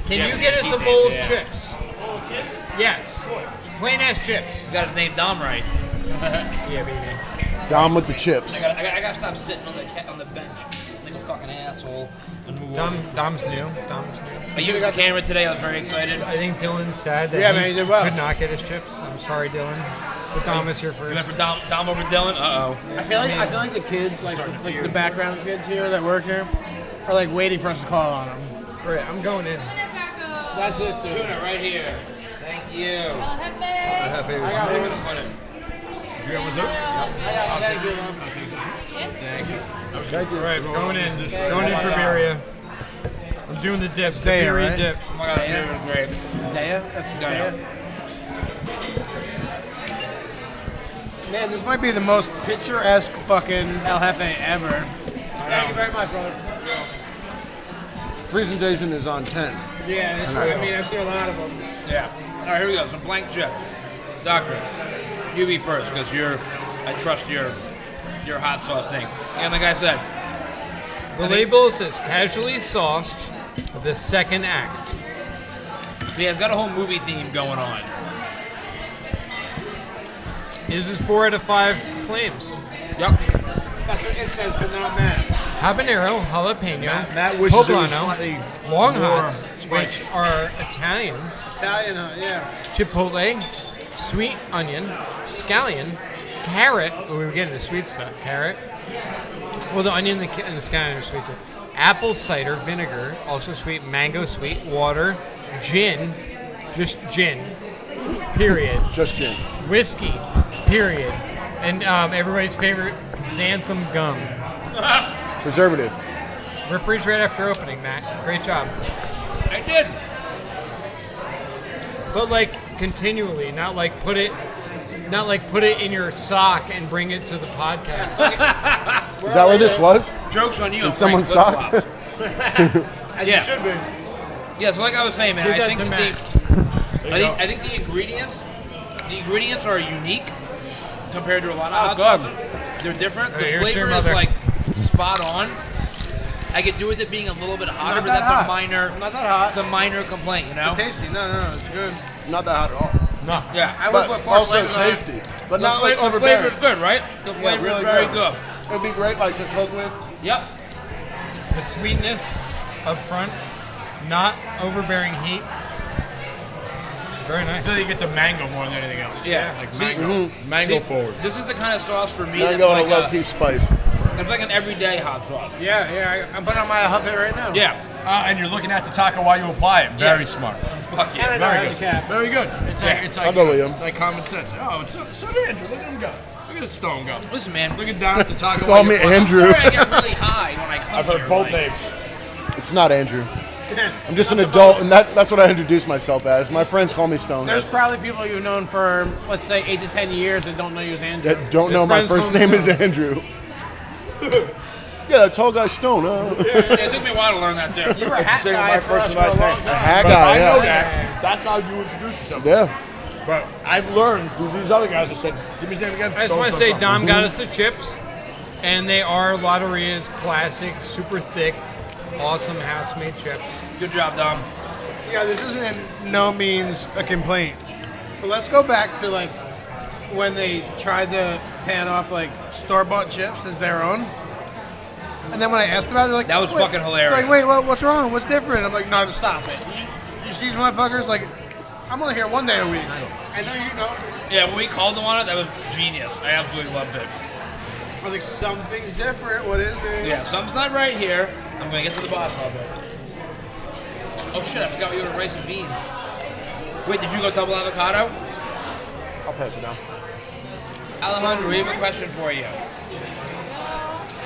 Speaker 1: can
Speaker 2: Yeah,
Speaker 1: you
Speaker 2: we
Speaker 1: get
Speaker 2: just
Speaker 1: us
Speaker 2: eat
Speaker 1: a bowl
Speaker 2: these,
Speaker 1: of
Speaker 2: yeah.
Speaker 1: chips? Yes. Plain ass chips.
Speaker 2: You got his name Dom right.
Speaker 1: Yeah, baby.
Speaker 5: Down with the
Speaker 2: I
Speaker 5: chips.
Speaker 2: gotta, I gotta, I gotta stop sitting on the ca- on the bench like a fucking asshole. And move
Speaker 1: Dom,
Speaker 2: over.
Speaker 1: Dom's new. Dom's new.
Speaker 2: I used the camera today. I was very excited.
Speaker 1: I think Dylan's sad that
Speaker 4: Yeah,
Speaker 1: he
Speaker 4: man, he did well.
Speaker 1: could not get his chips. I'm sorry, Dylan. But Dom is here
Speaker 2: You went
Speaker 1: first.
Speaker 2: for Dom, Dom over Dylan. Uh oh.
Speaker 4: I feel like I feel like the kids, like the, like the background kids here that work here, are like waiting for us to call on them.
Speaker 1: All right, I'm going in.
Speaker 4: That's this dude.
Speaker 2: Tuna right here. Thank you.
Speaker 7: El jefe.
Speaker 1: All right, going in. Going in for Beria. I'm doing the dip. The
Speaker 4: there,
Speaker 1: Birria
Speaker 4: right?
Speaker 1: dip.
Speaker 2: Oh my god, I'm doing great.
Speaker 4: Daya, that's
Speaker 2: Daya.
Speaker 4: Daya. Man, this might be the most picturesque fucking El Jefe ever. Thank you very much, brother.
Speaker 5: Presentation is on 10.
Speaker 4: Yeah, that's right. I mean, I've seen a lot of them.
Speaker 2: Yeah. All right, here we go. Some blank chips. Doctor, you be first because you're. I trust your your hot sauce thing. And like I said,
Speaker 1: The label says casually sauced. The second act.
Speaker 2: yeah, it's got a whole movie theme going on.
Speaker 1: This is four out of five flames.
Speaker 2: Yep.
Speaker 4: That's what it says, but not that.
Speaker 1: Habanero, jalapeno,
Speaker 6: Matt- Matt wishes it was
Speaker 1: poblano,
Speaker 6: slightly
Speaker 1: long
Speaker 6: more
Speaker 1: hots, which are Italian,
Speaker 4: Italian, huh? Yeah.
Speaker 1: chipotle, sweet onion, scallion, carrot. Oh, we were getting the sweet stuff. Carrot. Well, the onion and the, ca- and the scallion are sweet too. Apple cider vinegar, also sweet. Mango sweet. Water, gin, just gin. Period.
Speaker 5: Just gin.
Speaker 1: Whiskey. Period. And um, everybody's favorite xanthan gum.
Speaker 5: Preservative.
Speaker 1: Refrigerate after opening, Matt. Great job.
Speaker 2: I did.
Speaker 1: But like continually, not like put it, not like put it in your sock and bring it to the podcast.
Speaker 5: Is that where this was?
Speaker 2: Jokes on you. I'm
Speaker 5: Someone's
Speaker 2: wearing
Speaker 5: sock?
Speaker 2: flip-flops.
Speaker 4: As
Speaker 2: Yeah.
Speaker 4: it should be.
Speaker 2: Yeah, so like I was saying, man,
Speaker 1: Give that
Speaker 2: I think
Speaker 1: to
Speaker 2: the
Speaker 1: Matt.
Speaker 2: I think, I think the ingredients the ingredients are unique compared to a lot of hot
Speaker 4: God.
Speaker 2: sauces. They're different.
Speaker 1: Hey,
Speaker 2: the
Speaker 1: here's your
Speaker 2: flavor is
Speaker 1: mother.
Speaker 2: like spot on. I could do with it being a little bit hotter,
Speaker 4: Not
Speaker 2: but
Speaker 4: that
Speaker 2: that's
Speaker 4: hot.
Speaker 2: a minor
Speaker 4: Not that hot.
Speaker 2: that's a minor complaint, you know?
Speaker 4: Tasty. No, no, no. It's good.
Speaker 5: Not that hot at all.
Speaker 2: Yeah.
Speaker 4: I would put
Speaker 5: But
Speaker 4: four
Speaker 5: also
Speaker 4: flavors on it.
Speaker 5: tasty. But
Speaker 2: The,
Speaker 5: not like
Speaker 2: fla- the flavor
Speaker 5: overbearing.
Speaker 2: is good, right? The flavor
Speaker 5: Yeah, really
Speaker 2: is very good.
Speaker 5: good. It would be great like to cook with.
Speaker 2: Yep.
Speaker 1: the sweetness up front, not overbearing heat. Very nice.
Speaker 6: feel you get the mango more than anything else.
Speaker 2: Yeah.
Speaker 6: Like
Speaker 2: See- mm-hmm.
Speaker 6: mango.
Speaker 2: See,
Speaker 6: Mango forward.
Speaker 2: This is the kind of sauce for me
Speaker 5: Now Mm-hmm. I
Speaker 2: that's
Speaker 5: go on
Speaker 2: like, uh,
Speaker 5: a low
Speaker 2: a,
Speaker 5: key spice.
Speaker 2: that's like an everyday hot sauce.
Speaker 4: Yeah, yeah. I- I'm putting on my hot plate right now.
Speaker 2: Yeah.
Speaker 6: Uh, and you're looking at the taco while you apply it. Very
Speaker 2: Yeah.
Speaker 6: smart.
Speaker 4: And
Speaker 2: Fuck
Speaker 4: I
Speaker 2: yeah.
Speaker 4: know
Speaker 6: Very
Speaker 4: how to
Speaker 6: good.
Speaker 4: cap.
Speaker 6: Very good. It's like it's like,
Speaker 5: I'll go with you.
Speaker 6: like common sense. Oh, it's so, so did Andrew. Look at him go. Look at that stone go.
Speaker 2: Listen, man.
Speaker 6: Look at Don at the taco.
Speaker 5: Call
Speaker 6: while
Speaker 5: me
Speaker 6: you apply it.
Speaker 5: Andrew.
Speaker 2: Sorry I get really high when I come
Speaker 6: I've heard
Speaker 2: here,
Speaker 6: both
Speaker 2: like-
Speaker 6: names.
Speaker 5: It's not Andrew. I'm just an adult, and that, that's what I introduce myself as. My friends call me Stone.
Speaker 4: There's probably people you've known for, let's say, eight to ten years that don't know you as Andrew.
Speaker 5: that don't know
Speaker 1: His
Speaker 5: my
Speaker 1: friends
Speaker 5: first
Speaker 1: call me
Speaker 5: name is Andrew. yeah, that tall guy Stone. uh, Huh?
Speaker 2: Yeah, it took me a while to learn that too.
Speaker 4: you were a hat
Speaker 6: Same with
Speaker 4: guy
Speaker 6: my
Speaker 4: for
Speaker 6: first
Speaker 4: us for
Speaker 6: and last
Speaker 4: a long
Speaker 6: name.
Speaker 4: time.
Speaker 5: Hat
Speaker 6: But if
Speaker 5: guy.
Speaker 6: I know
Speaker 5: Yeah.
Speaker 6: that. That's how you introduce yourself.
Speaker 5: Yeah.
Speaker 6: But I've learned through these other guys that said, give me his name again.
Speaker 1: I just
Speaker 6: Stone,
Speaker 1: want to
Speaker 6: Stone,
Speaker 1: say
Speaker 6: Stone.
Speaker 1: Dom got us the chips, and they are Lotteria's classic, super thick, awesome house-made chips.
Speaker 2: Good job, Dom.
Speaker 4: Yeah, this isn't in no means a complaint. But let's go back to like when they tried to pan off like store bought chips as their own. And then when I asked about it, they're like
Speaker 2: That was
Speaker 4: "Wait."
Speaker 2: fucking hilarious.
Speaker 4: Like, wait, what, what's wrong? What's different? I'm like, no, stop it. You, you see these motherfuckers? Like, I'm only here one day a week. I know you know.
Speaker 2: Yeah, when we called them on it, that was genius. I absolutely loved it.
Speaker 4: I was like, something's different. What is it?
Speaker 2: Yeah, something's not right here. I'm gonna get to the bottom of it. Oh shit, I forgot we ordered rice and beans. Wait, did you go double avocado?
Speaker 3: I'll pass it down.
Speaker 2: Alejandro, we have a question for you.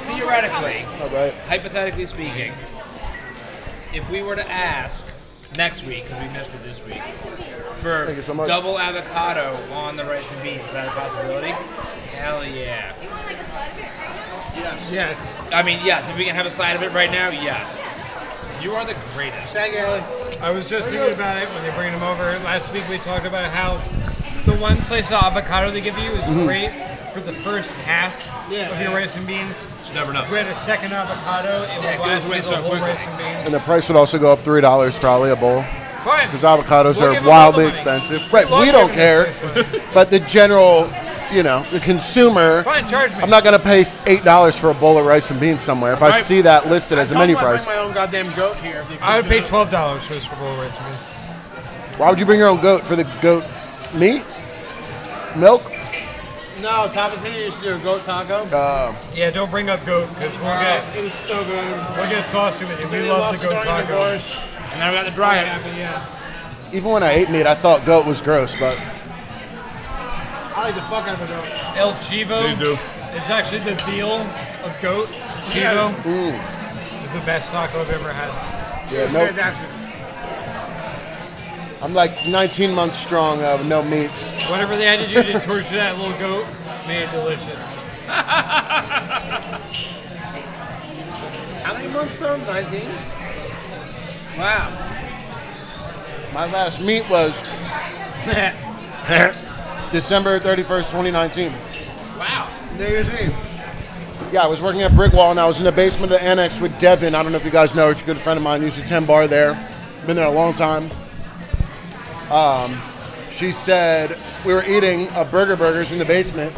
Speaker 2: Theoretically,
Speaker 5: All right.
Speaker 2: hypothetically speaking, if we were to ask next week, because we missed it this week, for
Speaker 5: Thank you so much.
Speaker 2: double avocado on the rice and beans, is that a possibility? Hell yeah.
Speaker 7: You want like a slide of it right now?
Speaker 1: Yeah,
Speaker 2: I mean, yes, if we can have a side of it right now, yes. You are the greatest.
Speaker 4: Thank you, Ellie.
Speaker 1: I was just thinking about it when they bring them over. Last week we talked about how the one slice of avocado they give you is great for the first half
Speaker 4: Yeah.
Speaker 1: of your rice and beans.
Speaker 2: Just never know.
Speaker 1: If we had a second avocado, it
Speaker 2: Yeah, it
Speaker 1: would last
Speaker 2: goes away
Speaker 1: me the
Speaker 2: so
Speaker 1: whole
Speaker 2: quickly.
Speaker 1: rice and beans.
Speaker 5: And the price would also go up three dollars probably a bowl
Speaker 1: Fine.
Speaker 5: because avocados
Speaker 1: We'll give
Speaker 5: are
Speaker 1: them all the
Speaker 5: wildly
Speaker 1: money.
Speaker 5: expensive. Right.
Speaker 1: love
Speaker 5: We don't
Speaker 1: giving them
Speaker 5: care, but the general, you know, the consumer.
Speaker 1: Fine, charge me.
Speaker 5: I'm not gonna pay s- eight dollars for a bowl of rice and beans somewhere if I
Speaker 2: Right.
Speaker 5: see that listed as a
Speaker 4: I
Speaker 5: menu
Speaker 4: told them I'd
Speaker 5: price.
Speaker 4: bring my own goddamn goat here. if they
Speaker 1: I would
Speaker 4: cooked
Speaker 1: pay
Speaker 4: it up.
Speaker 1: twelve dollars for this for bowl rice and beans.
Speaker 5: Why would you bring your own goat for the goat meat, milk?
Speaker 4: No, Tapatini used to do a goat taco.
Speaker 5: Uh,
Speaker 1: Yeah, don't bring up goat because we'll get
Speaker 4: It was so good.
Speaker 1: we'll get saucy with you. We
Speaker 4: They
Speaker 1: love
Speaker 4: lost
Speaker 1: the goat
Speaker 4: during
Speaker 1: taco.
Speaker 4: divorce.
Speaker 2: And now we got to dry it.
Speaker 4: Yeah.
Speaker 5: even when I ate meat, I thought goat was gross, but
Speaker 4: I like the fuck out of a goat.
Speaker 1: El Chivo.
Speaker 6: You do.
Speaker 1: It's actually the veal of goat.
Speaker 4: Yeah.
Speaker 1: Chivo
Speaker 5: ooh,
Speaker 1: is the best taco I've ever had.
Speaker 5: mm, yeah,
Speaker 4: Nope.
Speaker 5: no, I'm like 19 months strong of no meat.
Speaker 1: Whatever they had to do to torture that little goat made it delicious.
Speaker 4: How many months though? 19? Wow.
Speaker 5: My last meat was December 31st, 2019.
Speaker 2: Wow.
Speaker 4: New Year's Eve.
Speaker 5: Yeah, I was working at Brick Wall and I was in the basement of the annex with Devin. I don't know if you guys know, he's a good friend of mine. Used to 10 bar there. Been there a long time. Um, she said we were eating a burger burgers in the basement.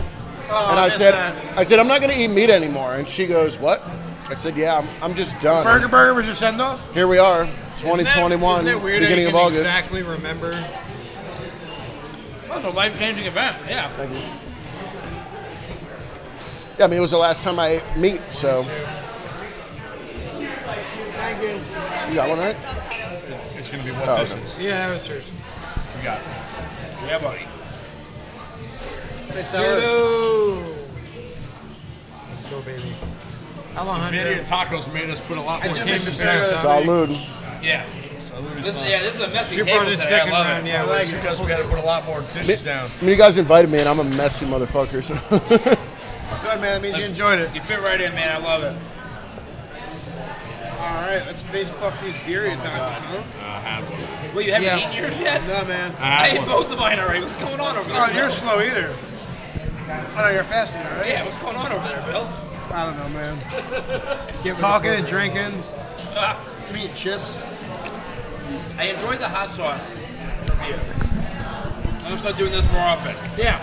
Speaker 1: Oh,
Speaker 5: and I
Speaker 4: that's
Speaker 5: said,
Speaker 4: not-
Speaker 5: I said, I'm not going to eat meat anymore. And she goes, What? I said, Yeah, I'm, I'm just done.
Speaker 4: Burger Burger was your send off?
Speaker 5: Here we are,
Speaker 1: Isn't that-
Speaker 5: 2021,
Speaker 1: isn't that weird how you
Speaker 5: beginning of
Speaker 1: can
Speaker 5: August.
Speaker 1: Exactly remember.
Speaker 2: That was a life changing event. Yeah.
Speaker 5: Yeah, I mean, it was the last time I ate meat, so.
Speaker 4: Thank you.
Speaker 5: You got one right?
Speaker 6: It's gonna be what
Speaker 5: Oh,
Speaker 6: this
Speaker 5: okay.
Speaker 6: is.
Speaker 1: Yeah, that was yours.
Speaker 6: We got.
Speaker 2: Yeah, buddy.
Speaker 4: Thanks, Ellie.
Speaker 1: Zero. Let's go, baby.
Speaker 6: Video
Speaker 1: Alejandro.
Speaker 6: tacos made us put a lot
Speaker 4: I
Speaker 6: more
Speaker 4: just
Speaker 6: cake
Speaker 4: missed
Speaker 6: in
Speaker 4: the
Speaker 6: there.
Speaker 4: burger.
Speaker 5: Salud.
Speaker 2: Yeah. This, yeah, this is a messy
Speaker 1: You
Speaker 2: table
Speaker 1: brought it
Speaker 2: today.
Speaker 1: second
Speaker 2: I love
Speaker 1: round,
Speaker 2: it.
Speaker 1: yeah.
Speaker 6: Like, because we had to put a lot more dishes down.
Speaker 5: I mean, you guys invited me, and I'm a messy motherfucker. So
Speaker 4: Good, man. That means you enjoyed it.
Speaker 2: You fit right in, man. I love it.
Speaker 4: All right, let's face fuck these birria tacos, huh?
Speaker 2: Well, you haven't
Speaker 1: Yeah.
Speaker 2: eaten yours yet?
Speaker 4: No, man.
Speaker 2: I
Speaker 6: I had
Speaker 2: ate
Speaker 6: one.
Speaker 2: both of mine already. What's going on over there?
Speaker 4: Oh, you're a slow eater. Oh, no, you're fasting, all right?
Speaker 2: yeah, what's going on over there, Bill?
Speaker 4: I don't know, man.
Speaker 1: Get rid
Speaker 4: Talking
Speaker 1: of
Speaker 4: and drinking.
Speaker 2: Ah,
Speaker 4: Meat chips.
Speaker 2: I enjoyed the hot sauce. Yeah. I'm gonna start doing this more often.
Speaker 1: the- Yeah.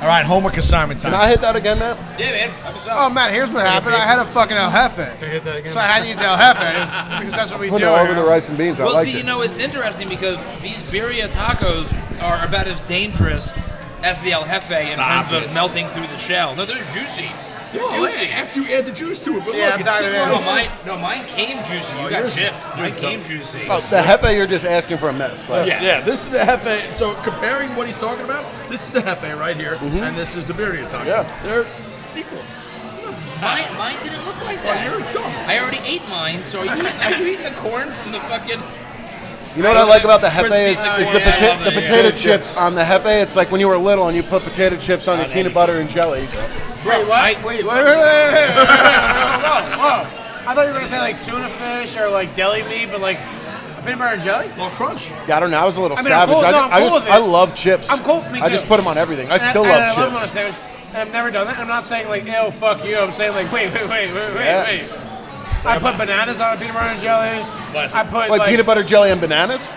Speaker 3: All right, homework assignment
Speaker 5: Can
Speaker 3: time.
Speaker 5: I hit that again, Matt?
Speaker 2: Yeah, man. Up us up.
Speaker 4: Oh, Matt, here's what happened. I had a fucking El Jefe.
Speaker 1: Hit that again.
Speaker 4: So I had to eat the El Jefe because that's what we
Speaker 5: Well,
Speaker 4: do.
Speaker 5: Oh, no, over
Speaker 4: here.
Speaker 5: the rice and beans. I
Speaker 2: well,
Speaker 5: liked
Speaker 2: see, you
Speaker 5: it.
Speaker 2: know, it's interesting because these birria tacos are about as dangerous as the El Jefe in
Speaker 6: Stop
Speaker 2: terms
Speaker 6: it.
Speaker 2: of melting through the shell. No, they're juicy. They're
Speaker 6: Oh,
Speaker 2: juicy.
Speaker 6: yeah, after you add the juice to it, but
Speaker 4: Yeah,
Speaker 6: look,
Speaker 4: I'm
Speaker 6: it's
Speaker 4: not
Speaker 6: sitting
Speaker 4: gonna-
Speaker 3: Oh,
Speaker 2: No,
Speaker 6: right there.
Speaker 2: mine, no, mine came juicy. You got
Speaker 6: yours-
Speaker 2: chipped. Mine came juicy.
Speaker 5: Oh, the hefe, you're just asking for a mess. Like,
Speaker 6: Yeah, yeah, this is the Hefe. So comparing what he's talking about, this is the Hefe right here, and this is the birria taco.
Speaker 5: Yeah.
Speaker 6: They're equal.
Speaker 2: Mine, mine didn't look like
Speaker 6: Oh,
Speaker 2: that.
Speaker 6: you're dumb.
Speaker 2: I already ate mine, so are you, are you eating the corn from the fucking?
Speaker 5: You know what I like about the hefe
Speaker 2: Crispy
Speaker 5: is,
Speaker 2: corn.
Speaker 5: is the,
Speaker 2: Yeah, I
Speaker 5: pota-
Speaker 2: love
Speaker 5: the
Speaker 2: it, yeah.
Speaker 5: potato chips on the hefe. It's like when you were little and you put potato chips on your peanut butter and jelly.
Speaker 2: Wait, what? I,
Speaker 4: Wait, wait, wait, wait, wait, wait, wait, wait, wait, whoa, whoa. I thought you were gonna say like tuna fish or like deli meat, but like peanut butter and jelly.
Speaker 6: Well, crunch.
Speaker 5: Yeah, I don't know. I was a little
Speaker 4: I mean, I'm
Speaker 5: savage.
Speaker 4: cool-
Speaker 5: I
Speaker 4: no,
Speaker 5: just,
Speaker 4: I'm
Speaker 5: I,
Speaker 4: cool
Speaker 5: just
Speaker 4: with it.
Speaker 5: I love chips.
Speaker 4: I'm cool- me
Speaker 5: I
Speaker 4: too.
Speaker 5: just put them on everything. I
Speaker 4: And
Speaker 5: still
Speaker 4: and
Speaker 5: love
Speaker 4: I love them on a
Speaker 5: chips.
Speaker 4: sandwich. And I've never done that. I'm not saying like, "Ew, fuck you." I'm saying like, "Wait, wait, wait, wait, wait,
Speaker 5: Yeah.
Speaker 4: wait." I put bananas on a peanut butter and jelly. I put
Speaker 5: Like,
Speaker 4: like,
Speaker 5: peanut butter jelly and bananas?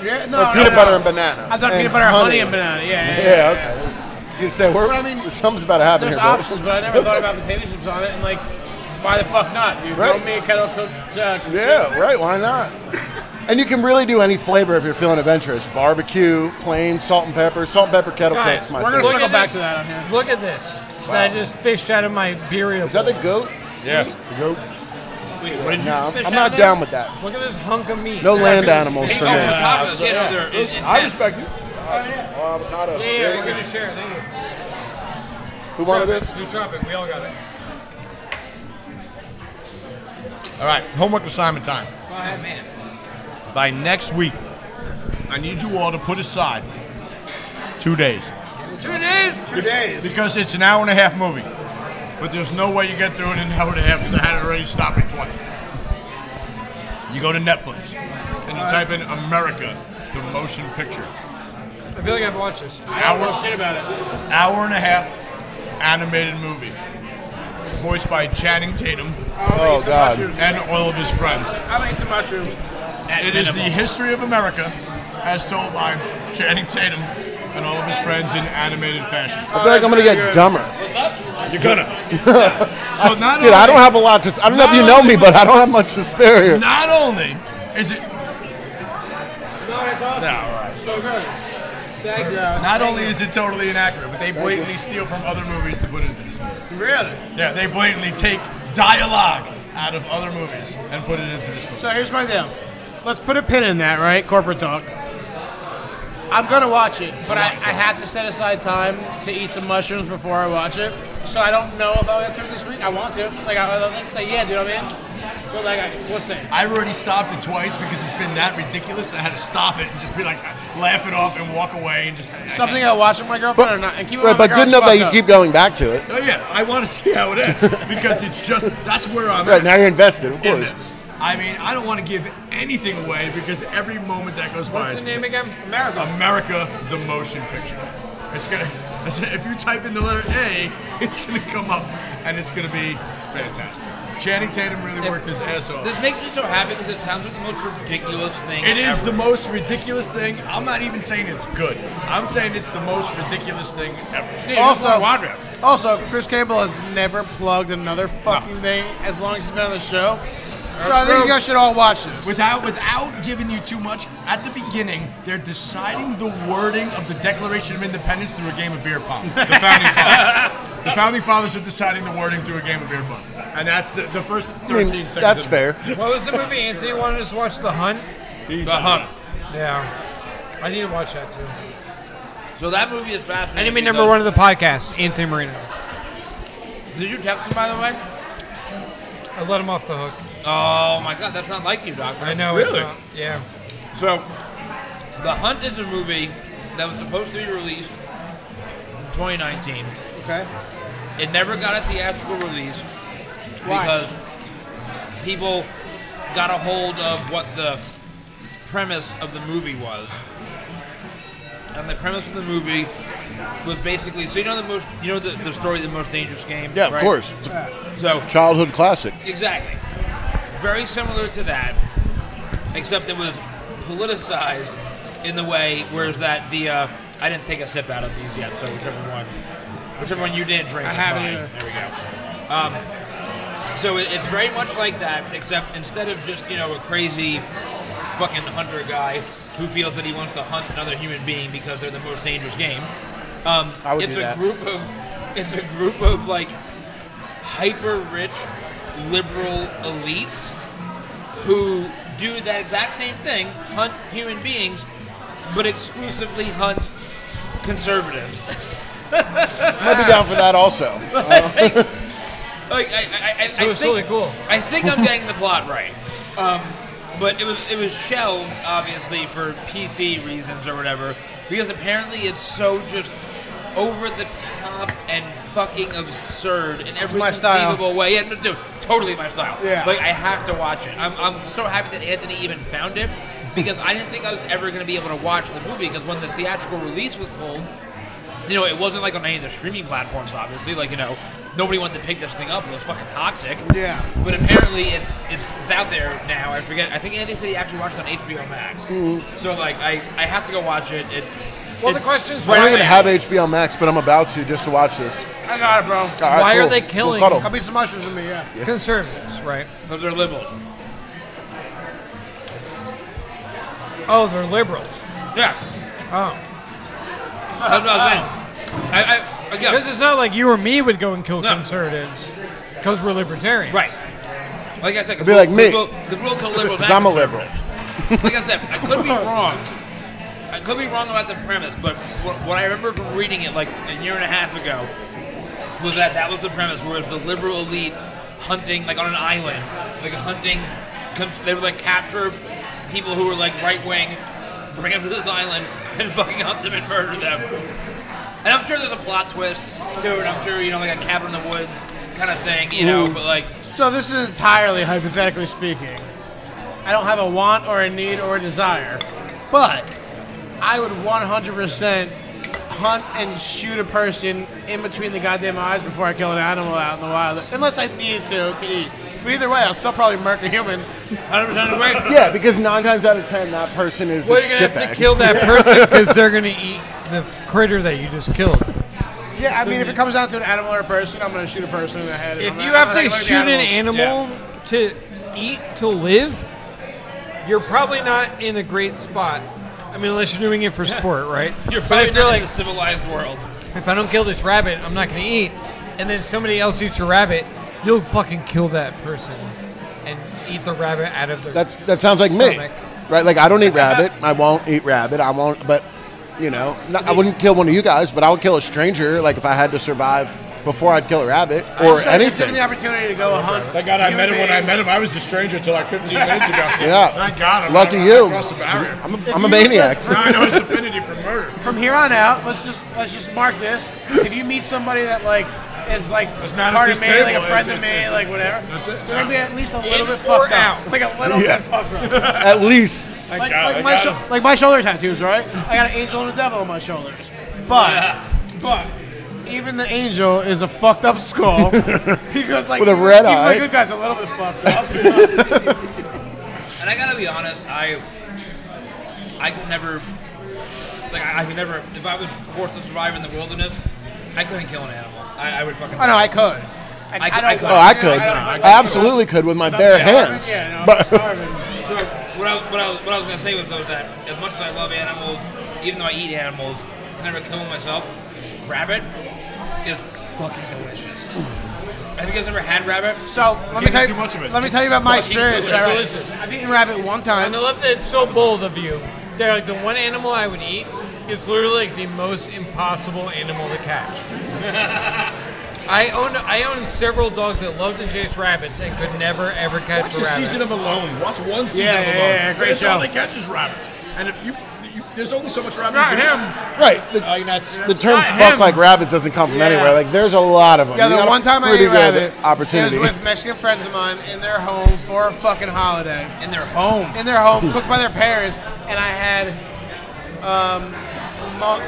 Speaker 4: Yeah, no,
Speaker 5: Or
Speaker 4: no,
Speaker 5: peanut
Speaker 4: no.
Speaker 5: butter and banana?
Speaker 4: I thought
Speaker 5: And
Speaker 4: peanut butter, and honey, and banana. Yeah, yeah. yeah.
Speaker 5: Yeah, okay. I was gonna say, we're,
Speaker 4: But I mean,
Speaker 5: something's about to happen
Speaker 4: There's
Speaker 5: here, bro.
Speaker 4: options, but I never thought about potato chips on it. And like, why the fuck not? You
Speaker 5: Right.
Speaker 4: throw me a kettle cooked. Uh, cooked
Speaker 5: Yeah, right. Why not? And you can really do any flavor if you're feeling adventurous. Barbecue, plain, salt and pepper. Salt and pepper kettle
Speaker 1: Guys,
Speaker 5: cook's my
Speaker 4: We're gonna
Speaker 5: favorite.
Speaker 1: Look
Speaker 4: circle
Speaker 1: at
Speaker 4: back
Speaker 1: this.
Speaker 4: to that on here.
Speaker 1: Look at this. That I just fished out of my birria.
Speaker 5: Is that the goat?
Speaker 6: Oh,
Speaker 2: wait, what did you
Speaker 5: No,
Speaker 2: just fish
Speaker 5: I'm
Speaker 2: out
Speaker 5: not
Speaker 2: of
Speaker 5: down
Speaker 2: there?
Speaker 5: with that.
Speaker 1: Look at this hunk of meat.
Speaker 5: No land
Speaker 1: Look at
Speaker 5: animals
Speaker 1: this
Speaker 5: for
Speaker 2: Oh,
Speaker 1: steak.
Speaker 5: me.
Speaker 2: the tacos get over there. It's
Speaker 6: I
Speaker 2: intense.
Speaker 6: respect you.
Speaker 5: Avocado.
Speaker 1: Yeah, yeah, we're gonna share. Thank you.
Speaker 5: Who wanted this?
Speaker 1: You drop it. We all got it.
Speaker 3: All right, homework assignment time.
Speaker 2: Oh, man.
Speaker 3: By next week, I need you all to put aside two days
Speaker 2: Two days.
Speaker 4: Two days.
Speaker 3: because it's an hour and a half movie. But there's no way you get through it in an hour and a half because I had it already stopped at twice. You go to Netflix and you type in America, the motion picture.
Speaker 1: I feel like I've watched this.
Speaker 3: Hour,
Speaker 4: Shit about it.
Speaker 3: hour and a half animated movie. Voiced by Channing Tatum
Speaker 5: Oh, God.
Speaker 3: and all of his friends.
Speaker 4: I'll eat some mushrooms.
Speaker 3: It is the history of America as told by Channing Tatum and all of his friends in animated fashion.
Speaker 5: I feel like I'm going to get dumber.
Speaker 3: You're gonna. so not
Speaker 5: Dude,
Speaker 3: only,
Speaker 5: I don't have a lot to. I don't know if you know me, but I don't have much to spare here.
Speaker 3: Not only is it
Speaker 4: So good. Thank you.
Speaker 3: not only is it totally inaccurate, but they blatantly steal from other movies to put into this movie.
Speaker 4: Really?
Speaker 3: Yeah, they blatantly take dialogue out of other movies and put it into this movie.
Speaker 4: So here's my deal. Let's put a pin in that, right? Corporate talk. I'm gonna watch it, but I, I have to set aside time to eat some mushrooms before I watch it. So I don't know if I'll get through this week. I want to. Like I, I let's say, yeah, dude, I'm in. But like, I, we'll see.
Speaker 3: I've already stopped it twice because it's been that ridiculous that I had to stop it and just be like, laugh it off and walk away and just.
Speaker 4: Something I watch with my girlfriend or not, and keep it
Speaker 5: Right,
Speaker 4: on my
Speaker 5: but good
Speaker 4: girl's
Speaker 5: enough that
Speaker 4: fuck
Speaker 5: you
Speaker 4: up.
Speaker 5: keep going back to it.
Speaker 3: Oh yeah, I want to see how it ends because it's just that's where I'm
Speaker 5: Right,
Speaker 3: at
Speaker 5: now you're invested, of
Speaker 3: in
Speaker 5: course.
Speaker 3: this. I mean, I don't want to give anything away because every moment that goes by,
Speaker 1: What's the
Speaker 3: is-
Speaker 1: name again?
Speaker 3: America, the motion picture. It's gonna. If you type in the letter A, it's gonna come up, and it's gonna be fantastic. Channing Tatum really worked his ass off.
Speaker 2: This makes me so happy because it sounds like the most ridiculous thing.
Speaker 3: It is
Speaker 2: ever.
Speaker 3: the most ridiculous thing. I'm not even saying it's good. I'm saying it's the most ridiculous thing ever.
Speaker 2: Dude,
Speaker 4: Also-
Speaker 2: it's Warner.
Speaker 4: Also, Chris Campbell has never plugged another fucking thing as long as he's been on the show. So I think you guys should all watch this.
Speaker 3: Without without giving you too much, at the beginning they're deciding the wording of the Declaration of Independence through a game of beer pong. The founding fathers. the founding fathers are deciding the wording through a game of beer pong, and that's the, the first
Speaker 5: I
Speaker 3: 13
Speaker 5: mean,
Speaker 3: seconds.
Speaker 5: that's
Speaker 3: of-
Speaker 5: fair.
Speaker 1: What was the movie Anthony wanted us to watch? The Hunt.
Speaker 2: The Hunt.
Speaker 1: Yeah. I need to watch that too.
Speaker 2: So that movie is fascinating.
Speaker 1: Enemy number
Speaker 2: because-
Speaker 1: one of the podcast, Anthony Marino.
Speaker 2: Did you text him by the way?
Speaker 1: I let him off the hook.
Speaker 2: Oh my God, that's not like you, Doctor.
Speaker 1: I know it's
Speaker 2: Really?
Speaker 1: not. Yeah.
Speaker 2: So, The Hunt is a movie that was supposed to be released in 2019.
Speaker 4: Okay.
Speaker 2: It never got a theatrical release
Speaker 4: Why?
Speaker 2: because people got a hold of what the premise of the movie was. And the premise of the movie was basically so you know the most you know the, the story of the most dangerous game?
Speaker 5: Yeah, of
Speaker 2: right?
Speaker 5: course. It's a
Speaker 2: So
Speaker 5: childhood classic.
Speaker 2: Exactly. Very similar to that, except it was politicized in the way, whereas that the uh, I didn't take a sip out of these yet, so whichever one, whichever one you didn't drink,
Speaker 1: I
Speaker 2: is
Speaker 1: haven't
Speaker 2: mine.
Speaker 1: either.
Speaker 2: There we go. Um, so it, it's very much like that, except instead of just you know a crazy fucking hunter guy who feels that he wants to hunt another human being because they're the most dangerous game, um,
Speaker 5: I would
Speaker 2: it's
Speaker 5: do
Speaker 2: a
Speaker 5: that.
Speaker 2: group of it's a group of like hyper rich liberal elites who do that exact same thing hunt human beings but exclusively hunt conservatives
Speaker 5: I'd be down for that also.
Speaker 2: like I, I, I,
Speaker 1: So
Speaker 2: I
Speaker 1: it's
Speaker 2: think,
Speaker 1: really cool.
Speaker 2: I think I'm getting the plot right. Um, but it was it was shelved obviously for PC reasons or whatever because apparently it's so just over the top and fucking absurd in every
Speaker 5: my style.
Speaker 2: conceivable way. Yeah, no, dude, totally my style.
Speaker 5: Yeah.
Speaker 2: like I have to watch it. I'm I'm so happy that Anthony even found it because I didn't think I was ever gonna be able to watch the movie because when the theatrical release was pulled you know, it wasn't like on any of the streaming platforms, obviously. Like, you know, nobody wanted to pick this thing up. It was fucking toxic.
Speaker 5: Yeah.
Speaker 2: But apparently, it's it's, it's out there now. I forget. I think Andy said he actually watched it on HBO Max.
Speaker 5: Mm-hmm.
Speaker 2: So like, I, I have to go watch it. it
Speaker 1: Well,
Speaker 2: it-
Speaker 1: the question is
Speaker 5: I
Speaker 1: why
Speaker 5: don't even
Speaker 1: they-
Speaker 5: have HBO Max, but I'm about to just to watch this.
Speaker 4: I got it, bro.
Speaker 5: All right,
Speaker 1: Why are
Speaker 5: cool.
Speaker 1: they
Speaker 5: We'll
Speaker 1: killing-
Speaker 5: cuddle.
Speaker 4: I'll be some mushrooms with me, yeah.
Speaker 1: conservatives, right?
Speaker 2: Those are liberals.
Speaker 1: Oh, they're liberals.
Speaker 2: Yeah.
Speaker 1: Oh,
Speaker 2: That's what I was saying. I, I again,
Speaker 1: because it's not like you or me would go and kill
Speaker 2: No.
Speaker 1: conservatives because we're libertarians.
Speaker 2: Right. Like I said, because
Speaker 5: be like me.
Speaker 2: We'll, 'cause we'll kill liberals.
Speaker 5: 'Cause
Speaker 2: and
Speaker 5: I'm a
Speaker 2: conservatives.
Speaker 5: liberal.
Speaker 2: like I said, I could be wrong. I could be wrong about the premise, but what, what I remember from reading it like a year and a half ago was that that was the premise, whereas the liberal elite hunting like on an island, like hunting, cons- they would like capture people who were like right wing, bring them to this island and fucking hunt them and murder them. And I'm sure there's a plot twist to it. I'm sure you know like a cabin in the woods kind of thing, you know. But like,
Speaker 4: So this is entirely hypothetically speaking. I don't have a want or a need or a desire, but I would 100% hunt and shoot a person in between the goddamn eyes before I kill an animal out in the wild, unless I needed to to eat. But either way, I'll still probably murk a human.
Speaker 2: 100% agree.
Speaker 5: Yeah, because nine times out of ten, that person is
Speaker 1: Well,
Speaker 5: a
Speaker 1: you're gonna have to
Speaker 5: shitbag.
Speaker 1: kill that person because they're gonna eat the critter that you just killed.
Speaker 4: Yeah, I mean, if it comes down to an animal or a person, I'm gonna shoot a person in the head.
Speaker 1: If
Speaker 4: I'm
Speaker 1: you
Speaker 4: not-
Speaker 1: have
Speaker 4: I'm
Speaker 1: to
Speaker 4: not gonna
Speaker 1: shoot an
Speaker 4: look at
Speaker 1: animal to eat to live, you're probably not in a great spot. I mean, unless you're doing it for sport, right?
Speaker 2: You're
Speaker 1: but
Speaker 2: probably
Speaker 1: if you're
Speaker 2: not in
Speaker 1: like,
Speaker 2: the civilized world.
Speaker 1: if I don't kill this rabbit, I'm not going to eat. And then somebody else eats your rabbit, you'll fucking kill that person and eat the rabbit out of their.
Speaker 5: That's that sounds like me,
Speaker 1: stomach.
Speaker 5: right? Like I don't eat rabbit. I won't eat rabbit. I won't. But you know, not, I wouldn't kill one of you guys, but I would kill a stranger. Like if I had to survive before I'd kill a rabbit or
Speaker 4: Just like if given
Speaker 5: anything.
Speaker 4: the opportunity to go hunt.
Speaker 6: Thank God I
Speaker 4: human
Speaker 6: met him when I
Speaker 4: beings-
Speaker 6: met him. I was a stranger till like 15 minutes ago.
Speaker 5: Yeah.
Speaker 6: Thank God. I'm
Speaker 5: Lucky
Speaker 6: I,
Speaker 5: you.
Speaker 6: I crossed the barrier.
Speaker 5: I'm a, I'm a maniac.
Speaker 6: Now I know his affinity for murder.
Speaker 4: From here on out, let's just let's just mark this. If you meet somebody that like is like
Speaker 6: That's not
Speaker 4: part
Speaker 6: at
Speaker 4: of me,
Speaker 6: this
Speaker 4: like
Speaker 6: table,
Speaker 4: a friend
Speaker 6: it's-
Speaker 4: of
Speaker 6: it's-
Speaker 4: me, like whatever,
Speaker 6: That's it.
Speaker 4: they're gonna be at least a little bit
Speaker 1: or
Speaker 4: fucked
Speaker 1: out.
Speaker 4: up. Like a little
Speaker 5: Yeah.
Speaker 4: bit fucked up.
Speaker 5: At least
Speaker 6: Thank
Speaker 4: Like,
Speaker 6: God. I
Speaker 4: like my
Speaker 6: got
Speaker 4: sho-
Speaker 6: him.
Speaker 4: like my shoulder tattoos, right? I got an angel and a devil on my shoulders, but but. Even the angel is a fucked up skull because, like,
Speaker 5: With a
Speaker 4: even-
Speaker 5: red
Speaker 4: even
Speaker 5: eye.
Speaker 4: The good guy's a little bit fucked up.
Speaker 2: And I gotta be honest, I I could never like I, I could never if I was forced to survive in the wilderness, I couldn't kill an animal. I, I would fucking
Speaker 4: I know I could.
Speaker 2: I could- I could.
Speaker 5: Oh, I could. I absolutely could with my bare hands.
Speaker 4: Yeah, no, I'm
Speaker 5: But
Speaker 4: starving.
Speaker 2: So what I, what, I, what I was gonna say was though that as much as I love animals, even though I eat animals, I never kill them myself. Rabbit is fucking delicious. Have you guys ever had rabbit?
Speaker 4: So let me
Speaker 6: Can't
Speaker 4: tell
Speaker 6: eat
Speaker 4: you.
Speaker 6: too much of it.
Speaker 4: Let me tell you about my
Speaker 2: Fucking
Speaker 4: experience. with rabbit.
Speaker 1: delicious.
Speaker 4: I've eaten rabbit one time.
Speaker 1: And I love that it's so bold of you. They're like the one animal I would eat is literally like the most impossible animal to catch. I owned I owned several dogs that loved to chase rabbits and could never ever catch
Speaker 6: Watch
Speaker 1: a
Speaker 6: a
Speaker 1: rabbit.
Speaker 6: season of Alone. Watch one season
Speaker 4: Yeah,
Speaker 6: of
Speaker 4: yeah,
Speaker 6: Alone.
Speaker 4: yeah, great
Speaker 6: That's all
Speaker 4: show.
Speaker 6: they catch is rabbits. And if you, you there's only so much rabbit.
Speaker 4: Not
Speaker 6: you can
Speaker 4: him.
Speaker 5: right,
Speaker 6: eat. Oh,
Speaker 5: the,
Speaker 6: you're not serious?
Speaker 5: the term
Speaker 4: not
Speaker 5: "fuck
Speaker 4: him.
Speaker 5: like rabbits" doesn't come from
Speaker 4: Yeah.
Speaker 5: anywhere. Like there's a lot of them.
Speaker 4: Yeah,
Speaker 5: You
Speaker 4: the
Speaker 5: got a
Speaker 4: one time I
Speaker 5: pretty
Speaker 4: ate
Speaker 5: good
Speaker 4: rabbit,
Speaker 5: opportunity.
Speaker 4: it was with Mexican friends of mine in their home for a fucking holiday.
Speaker 2: In their home.
Speaker 4: In their home, cooked by their parents, and I had um, mo-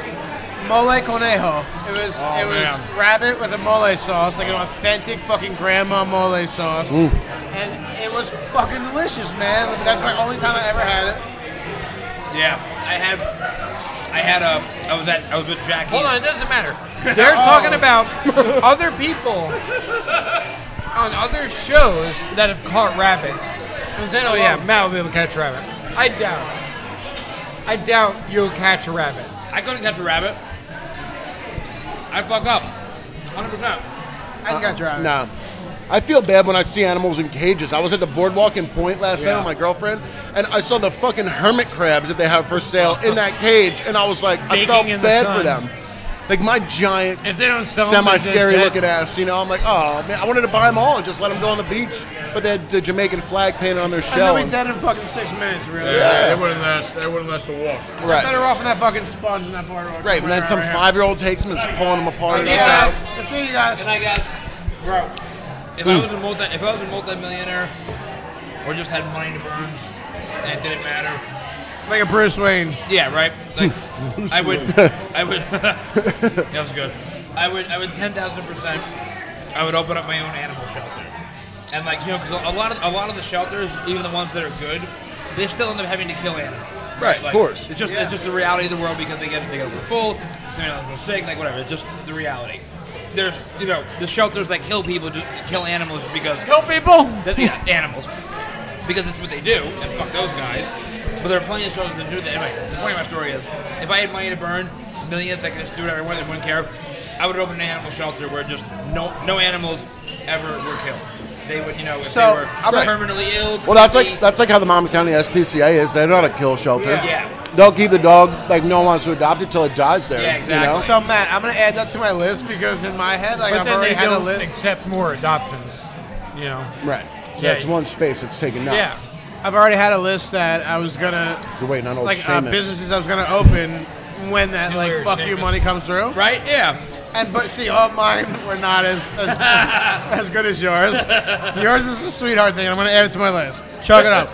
Speaker 4: mole conejo. It was
Speaker 5: Oh,
Speaker 4: it was
Speaker 6: man.
Speaker 4: rabbit with a mole sauce, like an authentic fucking grandma mole sauce, and it was fucking delicious, man. That's my only time I ever had it.
Speaker 2: Yeah, I had I had a. I was at. I was with Jackie.
Speaker 6: Hold on, it doesn't matter. They're talking about other people on other shows that have caught rabbits. I'm saying, oh yeah, Matt will be able to catch a rabbit. I doubt. it. I doubt you'll catch a rabbit.
Speaker 2: I couldn't catch a rabbit. I fuck up. 100%.
Speaker 4: I think I drive.
Speaker 5: Nah. I feel bad when I see animals in cages. I was at the boardwalk in Point last night with my girlfriend, and I saw the fucking hermit crabs that they have for sale in that cage, and I was like, I
Speaker 6: Baking
Speaker 5: felt
Speaker 6: in the
Speaker 5: bad
Speaker 6: sun.
Speaker 5: for them. Like my giant,
Speaker 6: If they don't sell 'em, they're just
Speaker 5: semi-scary
Speaker 6: dead.
Speaker 5: looking ass, you know. I'm like, oh man, I wanted to buy them all and just let them go on the beach, but they had the Jamaican flag painted on their
Speaker 4: And
Speaker 5: shell.
Speaker 4: then we
Speaker 5: and-
Speaker 4: dead in fucking six minutes, really.
Speaker 3: Yeah, They wouldn't last. They wouldn't last a walk.
Speaker 5: right,
Speaker 4: Better off in that fucking sponge in that boardwalk.
Speaker 5: right. And then some
Speaker 4: Right.
Speaker 5: five-year-old takes them and is pulling them apart.
Speaker 4: Yeah,
Speaker 5: at his house.
Speaker 4: guys. I'll see you guys.
Speaker 2: And I got, bro, if I was a multi, if I was a multi-millionaire, or just had money to burn, and it didn't matter.
Speaker 4: Like a Bruce Wayne.
Speaker 2: Yeah, right. Like, I would, I would. that was good. I would, I would ten thousand percent. I would open up my own animal shelter, and like you know, because a lot of a lot of the shelters, even the ones that are good, they still end up having to kill animals.
Speaker 5: Right, of
Speaker 2: Like,
Speaker 5: course.
Speaker 2: It's just it's just the reality of the world because they get they get overfull, somebody else goes sick, like whatever. It's just the reality. There's you know the shelters that kill people, just kill animals because
Speaker 6: Kill people.
Speaker 2: that, yeah, animals. Because it's what they do, and fuck those guys. But there are plenty of shows that do that. Anyway, the point of my story is, if I had money to burn, millions, I could just do whatever I wanted, wouldn't care. I would open an animal shelter where just no no animals ever were killed. They would, you know, if
Speaker 4: So,
Speaker 2: they
Speaker 4: I'm
Speaker 2: were
Speaker 4: a-
Speaker 2: permanently ill.
Speaker 5: Well, that's
Speaker 2: crazy-
Speaker 5: like that's like how the Monmouth County SPCA is. They're not a kill shelter.
Speaker 2: Yeah.
Speaker 5: They'll keep the dog like no one wants to adopt it till it dies there.
Speaker 2: Yeah,
Speaker 5: you
Speaker 2: exactly.
Speaker 5: know?
Speaker 4: So Matt, I'm gonna add that to my list because in my head, like
Speaker 6: But
Speaker 4: I've
Speaker 6: then
Speaker 4: already
Speaker 6: they
Speaker 4: had a
Speaker 6: don't
Speaker 4: list.
Speaker 6: accept more adoptions. You know.
Speaker 5: Right. So
Speaker 6: Yeah.
Speaker 5: that's one space that's taken up.
Speaker 6: Yeah.
Speaker 4: I've already had a list that I was gonna
Speaker 5: You're waiting on old
Speaker 4: like uh,
Speaker 5: Seamus.
Speaker 4: businesses I was gonna open when that like
Speaker 6: Similar
Speaker 4: fuck you
Speaker 6: Seamus.
Speaker 4: money comes through.
Speaker 2: Right? Yeah.
Speaker 4: And but see, all mine were not as as, as good as yours. Yours is a sweetheart thing. and I'm gonna add it to my list. Chug it up.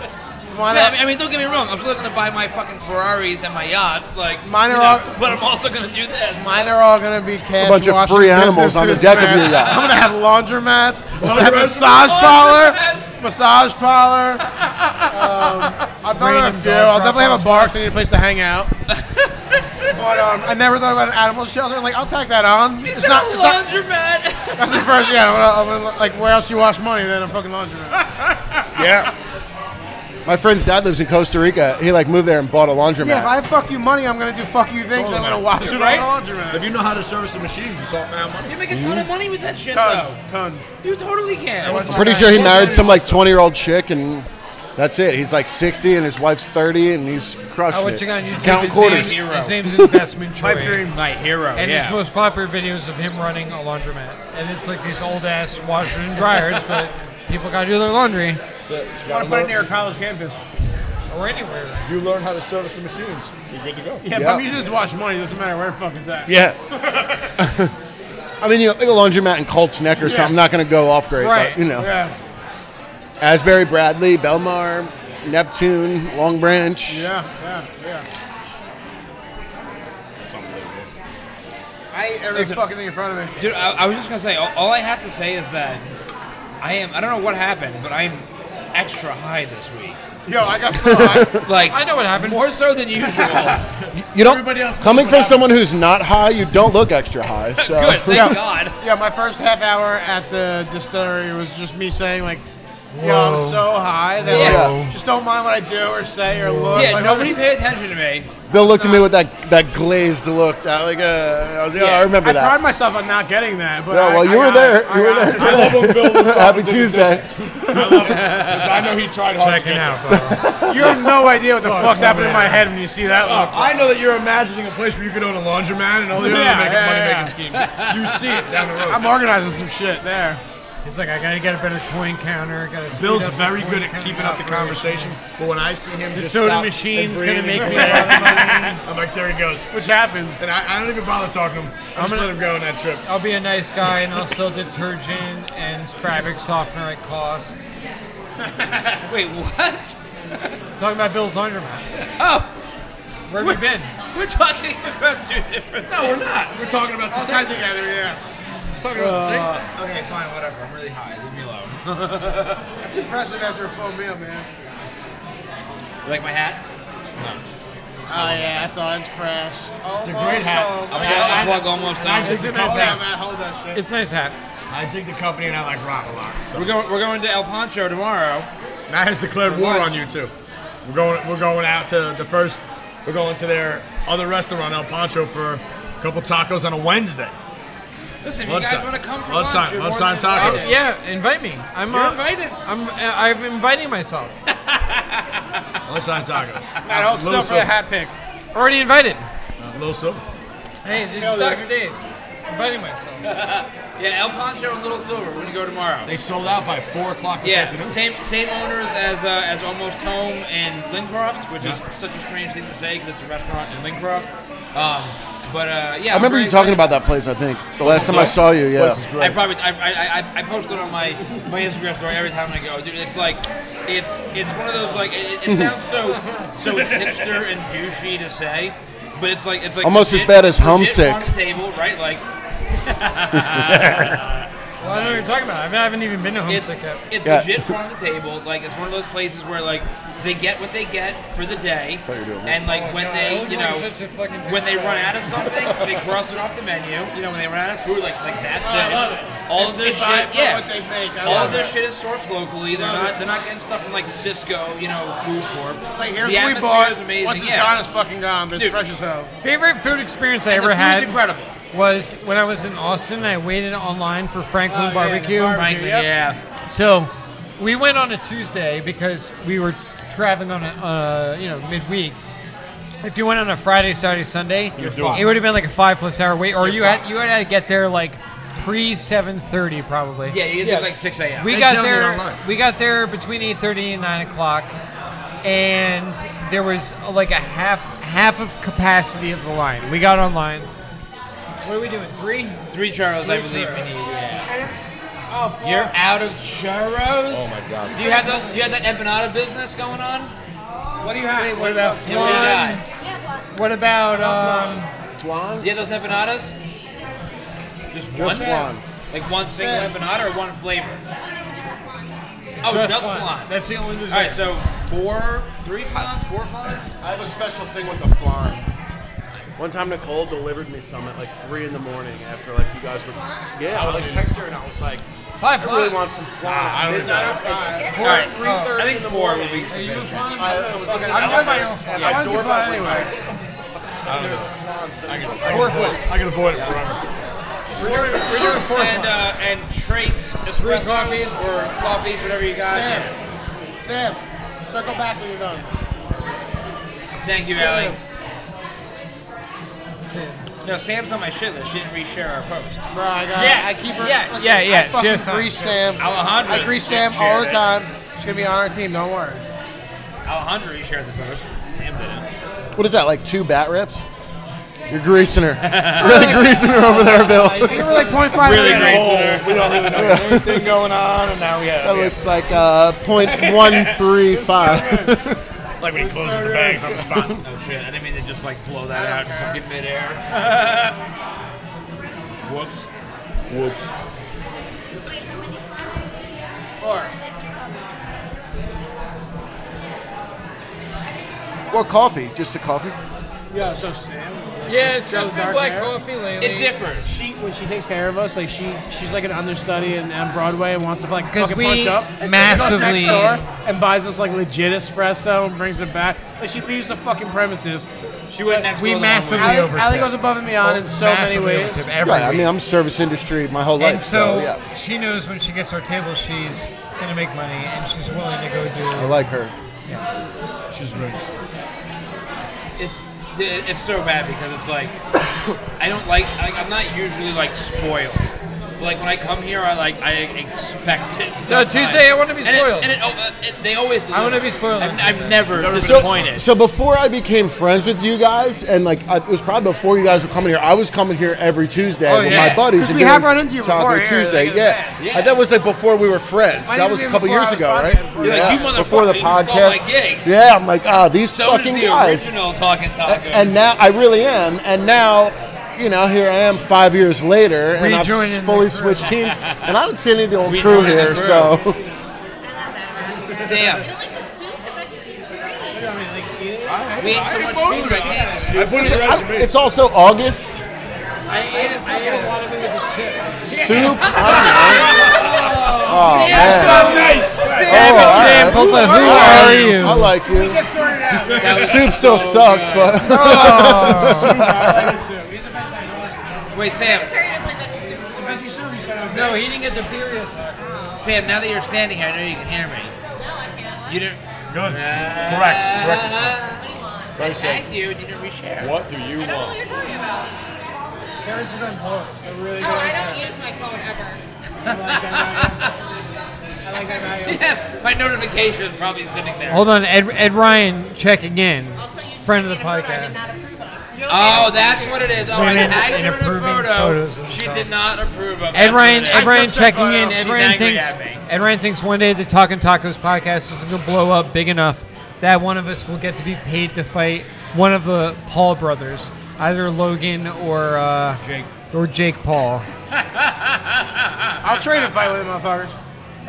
Speaker 4: Mine
Speaker 2: Yeah, I
Speaker 4: are,
Speaker 2: mean, I mean, don't get me wrong. I'm still going to buy my fucking Ferraris and my yachts, like.
Speaker 4: Mine
Speaker 2: you
Speaker 4: are
Speaker 2: know,
Speaker 4: all-
Speaker 2: But I'm also going to do this.
Speaker 4: mine are all gonna be cash.
Speaker 5: bunch of
Speaker 4: washing
Speaker 5: free animals on the
Speaker 4: businesses,
Speaker 5: deck of
Speaker 4: man.
Speaker 5: your yacht.
Speaker 4: I'm gonna have laundromats. I'm gonna have massage parlor. Massage parlor. Um, I thought of a few. I'll definitely have a bar. 'cause I need a place to hang out. But um, I never thought about an animal shelter. I'm like, I'll tack that on.
Speaker 2: It's,
Speaker 4: It's not. It's not.
Speaker 2: laundromat.
Speaker 4: That's the first. Yeah. I'm gonna, I'm gonna, like, where else you wash money than a fucking laundromat?
Speaker 5: yeah. My friend's dad lives in Costa Rica. He like moved there and bought a laundromat.
Speaker 4: Yeah, if I fuck you money, I'm gonna do fuck you things. I'm gonna wash it right.
Speaker 2: Right?
Speaker 4: On the laundromat.
Speaker 3: If you know how to service the machines, it's all man money.
Speaker 2: you make a ton of money with that shit,
Speaker 4: Ton, ton.
Speaker 2: though. You totally can.
Speaker 5: I'm pretty sure he married some like 20 year old chick and. That's it. He's like 60 and his wife's 30 and he's crushing
Speaker 6: I watch
Speaker 5: it.
Speaker 6: a guy on YouTube.
Speaker 5: Counting
Speaker 6: his
Speaker 5: quarters.
Speaker 6: Name, his name's Investment Troy.
Speaker 4: Pipe dream.
Speaker 2: My hero.
Speaker 6: And
Speaker 2: yeah.
Speaker 6: his most popular videos of him running a laundromat. And it's like these old ass washers and dryers, but people gotta do their laundry
Speaker 3: That's it. You,
Speaker 4: I
Speaker 3: gotta
Speaker 4: want to put it
Speaker 3: learn,
Speaker 4: near a college campus.
Speaker 6: or anywhere.
Speaker 3: you learn how to service the machines. You're good to go.
Speaker 4: Yeah,
Speaker 5: Yeah.
Speaker 4: if I'm using it to wash money, it doesn't matter where the fuck it's at.
Speaker 5: Yeah. I mean, you know, like a laundromat in Colts Neck or something. not going to go off great,
Speaker 6: Right.
Speaker 5: but you know.
Speaker 4: Yeah.
Speaker 5: Asbury, Bradley, Belmar, Neptune, Long Branch.
Speaker 4: Yeah, yeah, yeah. I ate every
Speaker 2: Listen.
Speaker 4: fucking thing in front of me.
Speaker 2: Dude, I, I was just gonna say, all, all I have to say is that I am. I don't know what happened, but I'm extra high this week.
Speaker 4: Yo, I got so high.
Speaker 2: Like
Speaker 6: I know what happened.
Speaker 2: more so than usual.
Speaker 5: You don't.
Speaker 3: Everybody else knows
Speaker 5: coming
Speaker 3: what
Speaker 5: from
Speaker 3: happened.
Speaker 5: someone who's not high, you don't look extra high. So
Speaker 2: Good, thank
Speaker 4: Yeah.
Speaker 2: God.
Speaker 4: yeah, my first half hour at the distillery was just me saying like, "Yo, I'm
Speaker 6: Whoa.
Speaker 4: so high that
Speaker 2: Yeah.
Speaker 4: like, just don't mind what I do or say or look."
Speaker 2: Yeah,
Speaker 4: like,
Speaker 2: nobody paid attention to me.
Speaker 5: Bill looked at me with that that glazed look. That like uh, I was like,
Speaker 2: Yeah.
Speaker 5: oh, I remember
Speaker 4: I
Speaker 5: that.
Speaker 4: pride myself on not getting that, but
Speaker 5: Yeah,
Speaker 4: I-
Speaker 5: well,
Speaker 4: I
Speaker 5: you were
Speaker 4: got
Speaker 5: there.
Speaker 4: it. I
Speaker 5: You were
Speaker 4: got
Speaker 5: there.
Speaker 4: it.
Speaker 3: I love him, Bill.
Speaker 5: Happy Tuesday.
Speaker 3: I love him because I know he tried hard. to
Speaker 6: Checking
Speaker 3: get
Speaker 6: out, bro.
Speaker 4: You have no idea what the fuck's happening in my head when you see that
Speaker 3: there.
Speaker 4: one.
Speaker 3: I know that you're imagining a place where you could own a laundromat and all the
Speaker 4: Yeah,
Speaker 3: other making
Speaker 4: yeah,
Speaker 3: money
Speaker 4: yeah.
Speaker 3: making schemes. You see it down the road.
Speaker 4: I'm organizing some shit there.
Speaker 6: He's like, I gotta get a better coin counter. Gotta speed
Speaker 3: Bill's
Speaker 6: up the
Speaker 3: very
Speaker 6: coin
Speaker 3: good at
Speaker 6: counter
Speaker 3: keeping up the
Speaker 6: operation.
Speaker 3: conversation, but when I see him,
Speaker 6: The
Speaker 3: just
Speaker 6: soda
Speaker 3: stop
Speaker 6: machine's
Speaker 3: and
Speaker 6: gonna
Speaker 3: breathe.
Speaker 6: make me a lot of money.
Speaker 3: I'm like, there he goes,
Speaker 4: Which happened?
Speaker 3: and I, I don't even bother talking to him. I just
Speaker 6: gonna-
Speaker 3: let him go on that trip.
Speaker 6: I'll be a nice guy and I'll sell detergent and fabric softener at cost.
Speaker 2: Wait, what?
Speaker 6: Talking about Bill's laundromat.
Speaker 2: Oh,
Speaker 6: Where have you been?
Speaker 2: we're talking about two different.
Speaker 3: No, we're not. We're talking about the same.
Speaker 4: together, yeah.
Speaker 3: We're talking
Speaker 4: uh,
Speaker 3: about the same.
Speaker 2: Uh, Okay, fine, whatever. I'm really high. Leave me alone.
Speaker 4: That's impressive after a full meal, man.
Speaker 2: You like my hat?
Speaker 4: Oh yeah, I saw it. it's fresh. It's
Speaker 3: a great hat.
Speaker 2: I'm getting the plug almost
Speaker 3: I
Speaker 2: done.
Speaker 3: think the company,
Speaker 4: hold that shit.
Speaker 1: It's a nice hat.
Speaker 3: I think the company and I like rock a lot. So.
Speaker 2: We're going. We're going to El Pancho tomorrow.
Speaker 3: Matt has declared war
Speaker 2: lunch.
Speaker 3: on you too. We're going. We're going out to the first. We're going to their other restaurant, El Pancho, for a couple tacos on a Wednesday.
Speaker 2: Listen, if you
Speaker 3: Lunchtime.
Speaker 2: guys want to come for
Speaker 3: Lunchtime.
Speaker 2: lunch, you're more than
Speaker 3: Lunchtime tacos.
Speaker 2: invited.
Speaker 1: Oh, Yeah, invite me. I'm
Speaker 2: You're
Speaker 1: uh,
Speaker 2: invited.
Speaker 1: I'm uh, I'm inviting myself.
Speaker 3: Lunchtime tacos.
Speaker 4: I
Speaker 3: Uh,
Speaker 4: hope
Speaker 3: Little
Speaker 4: still for the
Speaker 3: Silver.
Speaker 4: hat pick.
Speaker 1: Already invited.
Speaker 3: Uh, Little Silver.
Speaker 1: Hey, this
Speaker 4: Hell
Speaker 1: is
Speaker 4: yeah.
Speaker 1: Dr. Dave. Inviting myself.
Speaker 2: Yeah, El Pancho and Little Silver. We're gonna go tomorrow.
Speaker 3: They sold out by four o'clock this
Speaker 2: Yeah,
Speaker 3: afternoon.
Speaker 2: same same owners as uh, as Almost Home and Lincroft, which is such a strange thing to say because it's a restaurant in Lincroft. Um, but uh, yeah,
Speaker 5: I remember you talking about that place. I think the last time I saw you, yeah.
Speaker 3: This is
Speaker 2: I
Speaker 3: great.
Speaker 2: probably I, I, I, I post it on my, my Instagram story every time I go. Dude, it's like it's it's one of those like it,
Speaker 5: Mm-hmm.
Speaker 2: it sounds so so hipster and douchey to say, but it's like it's like
Speaker 5: Almost as
Speaker 2: legit-
Speaker 5: bad as
Speaker 2: legit
Speaker 5: homesick.
Speaker 2: on the table, right? Like
Speaker 1: Well, I don't know what you're talking about. I, mean, I haven't even been to
Speaker 2: It's,
Speaker 1: Homesick yet.
Speaker 2: it's
Speaker 5: Yeah.
Speaker 2: legit farm to table. Like it's one of those places where like they get what they get for the day,
Speaker 5: you were doing that.
Speaker 2: and like
Speaker 4: Oh,
Speaker 2: when
Speaker 1: God, I
Speaker 2: they
Speaker 1: look
Speaker 2: you
Speaker 1: like
Speaker 2: know
Speaker 1: such a fucking
Speaker 2: when they
Speaker 1: douchebag.
Speaker 2: run out of something, they cross it off the menu. You know when they run out of food, like like that's
Speaker 4: Oh, I
Speaker 2: it.
Speaker 4: love it.
Speaker 2: All of this
Speaker 4: If I
Speaker 2: shit,
Speaker 4: put
Speaker 2: yeah.
Speaker 4: what they make, I
Speaker 2: All
Speaker 4: love
Speaker 2: of
Speaker 4: it.
Speaker 2: their shit is sourced locally. They're not they're not getting stuff from like Cisco, you know, Food Corp.
Speaker 4: It's like here's
Speaker 2: the
Speaker 4: what we
Speaker 2: atmosphere
Speaker 4: bought.
Speaker 2: Is amazing.
Speaker 4: Once it's
Speaker 2: yeah.
Speaker 4: gone, it's fucking gone. But it's
Speaker 2: Dude.
Speaker 4: fresh as hell.
Speaker 1: Favorite food experience I
Speaker 2: And the
Speaker 1: ever
Speaker 2: food is
Speaker 1: had
Speaker 2: incredible.
Speaker 1: was when I was in Austin. I waited online for
Speaker 3: Oh,
Speaker 1: Franklin Barbecue.
Speaker 2: Frankly, yeah.
Speaker 1: So we went on a Tuesday because we were traveling on a uh, you know midweek. If you went on a Friday, Saturday, Sunday, it would have been like a five plus hour wait, or you had you had to get there like pre seven thirty probably.
Speaker 2: Yeah, you get there like six AM.
Speaker 1: We
Speaker 3: They
Speaker 1: got
Speaker 3: tell me
Speaker 1: there.
Speaker 3: online.
Speaker 1: We got there between eight thirty and nine o'clock, and there was uh, like a half half of capacity of the line. We got online. What are we doing? Three?
Speaker 2: Three churros, I believe we need. Yeah. You're out of churros. Oh my god. Do you have the Do you have that empanada business going on?
Speaker 4: What do you have?
Speaker 1: What about
Speaker 2: Yeah, what do you got?
Speaker 1: flan? What about um?
Speaker 5: Swan?
Speaker 2: Do you have those empanadas? Just one.
Speaker 5: Just one.
Speaker 2: Like one single empanada or one flavor? Oh,
Speaker 1: Just
Speaker 2: just,
Speaker 1: one.
Speaker 2: one.
Speaker 1: That's the only dessert.
Speaker 2: All right, so four, three flans, four flans.
Speaker 5: I have a special thing with the flan. One time Nicole delivered me some at like three in the morning after like you guys were. Yeah, I would like text her and I was like,
Speaker 1: Five
Speaker 5: I really
Speaker 1: flans.
Speaker 5: want some flan. I
Speaker 3: would
Speaker 5: Four,
Speaker 2: All right.
Speaker 5: three
Speaker 2: I
Speaker 5: thirty
Speaker 2: think
Speaker 5: in the
Speaker 2: four
Speaker 5: morning.
Speaker 2: would be sufficient.
Speaker 5: I, I was looking at
Speaker 1: I'm doing my
Speaker 5: Outback,
Speaker 1: own flan.
Speaker 5: and
Speaker 4: I
Speaker 5: my
Speaker 4: want your
Speaker 5: doorbell
Speaker 4: flan
Speaker 5: rings.
Speaker 4: anyway.
Speaker 3: Four foot. I can avoid it forever.
Speaker 2: Four, we're doing four and uh, and trace espressos
Speaker 1: coffees.
Speaker 2: or coffees, whatever you got.
Speaker 4: Sam, Sam, circle back when you're done.
Speaker 2: Thank you, Allie. No, Sam's on my shit list. She didn't reshare our post.
Speaker 4: Bro, I got.
Speaker 1: Yeah,
Speaker 4: I keep her.
Speaker 1: yeah,
Speaker 4: listen,
Speaker 1: yeah, yeah,
Speaker 4: I fucking
Speaker 1: just on-
Speaker 4: grease Sam.
Speaker 2: Alejandro
Speaker 4: I grease
Speaker 2: didn't
Speaker 4: Sam
Speaker 2: share
Speaker 4: all the
Speaker 2: it.
Speaker 4: time. She's gonna be on our team. Don't worry.
Speaker 2: Alejandro reshared the post. Sam didn't.
Speaker 5: What is that? Like two bat rips? You're greasing her. really greasing her over there, Bill.
Speaker 4: You were like 0.5
Speaker 2: Really
Speaker 4: minutes.
Speaker 2: great.
Speaker 3: We don't really know anything going on, and now we have
Speaker 5: That looks like uh, point one three five.
Speaker 3: like when he closes the bags on the spot.
Speaker 2: Oh shit! I didn't mean to just like blow that out in fucking midair. Whoops.
Speaker 5: what coffee? Just a coffee?
Speaker 4: Yeah, so Sam.
Speaker 1: Yeah, it's just been
Speaker 4: dark
Speaker 1: black
Speaker 4: hair.
Speaker 1: coffee lately.
Speaker 2: It differs.
Speaker 4: She, when she takes care of us, like she, she's like an understudy in, on Broadway and wants to like
Speaker 1: 'Cause
Speaker 4: fucking
Speaker 1: we
Speaker 4: punch up. And goes
Speaker 1: massively-
Speaker 4: next door and buys us like legit espresso and brings it back. Like she leaves the fucking premises.
Speaker 2: She went next
Speaker 1: We
Speaker 2: door the whole
Speaker 1: massively
Speaker 2: way.
Speaker 4: Allie, Allie goes above and beyond in so many
Speaker 1: Massively
Speaker 4: ways.
Speaker 1: overtip every
Speaker 5: Right. I
Speaker 1: week.
Speaker 5: mean, I'm service industry my whole life.
Speaker 1: and so
Speaker 5: yeah,
Speaker 1: she knows when she gets our table, she's gonna make money, and she's willing to go
Speaker 5: I
Speaker 1: do.
Speaker 5: like her.
Speaker 3: She's great.
Speaker 2: It's it- it's so bad because it's like I don't like like I'm not usually like spoiled. But, Like when I come here, I like I expect it.
Speaker 1: No,
Speaker 2: sometimes.
Speaker 1: Tuesday, I wanna be
Speaker 2: And it-
Speaker 1: spoiled.
Speaker 2: And it, oh, uh, it- they always. Deliver.
Speaker 1: wanna be spoiled on
Speaker 2: I'm, I'm
Speaker 1: Tuesday.
Speaker 2: never
Speaker 5: So,
Speaker 2: disappointed.
Speaker 5: so before I became friends with you guys, and like I, it was probably before you guys were coming here, I was coming here every Tuesday
Speaker 1: Oh,
Speaker 5: with
Speaker 1: yeah.
Speaker 5: my buddies.
Speaker 4: 'Cause
Speaker 5: and
Speaker 4: we have
Speaker 5: doing
Speaker 4: run into you
Speaker 5: Taco
Speaker 4: before here,
Speaker 5: Tuesday.
Speaker 4: like, in the
Speaker 5: yeah,
Speaker 4: past.
Speaker 5: I- that was like before we were friends.
Speaker 4: Might
Speaker 5: that
Speaker 4: even
Speaker 5: was a
Speaker 4: be
Speaker 5: couple
Speaker 4: before
Speaker 5: years
Speaker 4: I was
Speaker 5: ago,
Speaker 4: podcast
Speaker 5: right?
Speaker 4: before
Speaker 2: You're like, "You
Speaker 5: before the
Speaker 2: motherfucker, you stole
Speaker 5: podcast.
Speaker 2: my gig."
Speaker 5: Yeah, I'm like, ah, these
Speaker 2: So does
Speaker 5: fucking
Speaker 2: the
Speaker 5: guys.
Speaker 2: original talking
Speaker 5: A-
Speaker 2: tacos.
Speaker 5: and now I really am. And now, you know, here I am five years later, and I've
Speaker 1: Rejoining
Speaker 5: s-
Speaker 1: the
Speaker 5: fully
Speaker 1: crew.
Speaker 5: switched teams. And I don't see any of the old crew
Speaker 2: Rejoining the
Speaker 5: here,
Speaker 2: crew.
Speaker 5: so
Speaker 2: Sam.
Speaker 7: I like the soup. The veggie soup's great.
Speaker 2: This We ate so much food. I can't eat the soup.
Speaker 6: put it in
Speaker 5: I'm- It's also August.
Speaker 1: I ate, it- I ate a lot of it with a chip.
Speaker 5: Soup. I
Speaker 2: Oh,
Speaker 5: man.
Speaker 2: nice.
Speaker 5: don't know. Oh, all
Speaker 1: Who
Speaker 5: right.
Speaker 1: are you?
Speaker 5: I like you.
Speaker 4: Get sorted out.
Speaker 5: Soup still sucks, but
Speaker 1: Oh.
Speaker 2: Wait, Sam.
Speaker 1: No, he didn't get the beer yet. Tucker.
Speaker 2: Sam, now that you're standing here, I know you can hear me. You didn't.
Speaker 6: Good. Correct. Correct.
Speaker 2: I tagged you and you didn't reshare.
Speaker 8: What do you want?
Speaker 4: Parents are done closed. They're really good.
Speaker 7: Oh, I don't use my phone ever.
Speaker 4: I like that value.
Speaker 2: Yeah, my notification is probably sitting there.
Speaker 1: Hold on, Ed, Ed Ryan checking in.
Speaker 7: Also use
Speaker 1: Friend of the
Speaker 7: something in
Speaker 1: podcast.
Speaker 7: a photo I did not approve of.
Speaker 2: Oh, that's what it is. Oh, I
Speaker 1: Women
Speaker 2: tagged her in a
Speaker 1: approving
Speaker 2: photo.
Speaker 1: photos of
Speaker 2: She
Speaker 1: themselves.
Speaker 2: did not approve of.
Speaker 1: Ed
Speaker 2: That's what
Speaker 1: Ryan,
Speaker 2: it
Speaker 1: Ed
Speaker 2: is.
Speaker 1: Ryan
Speaker 2: Took her
Speaker 1: checking in.
Speaker 2: photo.
Speaker 1: Ed
Speaker 2: She's
Speaker 1: Ryan
Speaker 2: angry
Speaker 1: thinks
Speaker 2: at me.
Speaker 1: Ed Ryan thinks one day the Talking Tacos podcast is gonna blow up big enough that one of us will get to be paid to fight one of the Paul brothers, either Logan or uh, Jake or Jake Paul.
Speaker 4: I'll trade a fight with him, motherfuckers.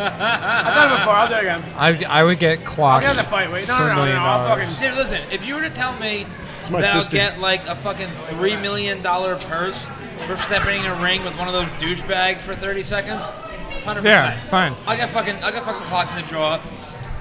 Speaker 4: I've done it before. I'll do it again.
Speaker 1: I, I would get
Speaker 4: I'll
Speaker 1: clocked.
Speaker 4: get in the fight. Wait, no,
Speaker 1: for
Speaker 4: no,
Speaker 1: a
Speaker 4: no, no.
Speaker 1: million
Speaker 4: I'll
Speaker 1: dollars.
Speaker 4: fucking.
Speaker 2: Dude, listen, if you were to tell me
Speaker 5: my
Speaker 2: that I'll
Speaker 5: sister.
Speaker 2: get like a fucking three million dollar purse for stepping in a ring with one of those douchebags for thirty seconds, hundred
Speaker 1: Yeah,
Speaker 2: percent.
Speaker 1: fine.
Speaker 2: I got fucking I got fucking clocked in the jaw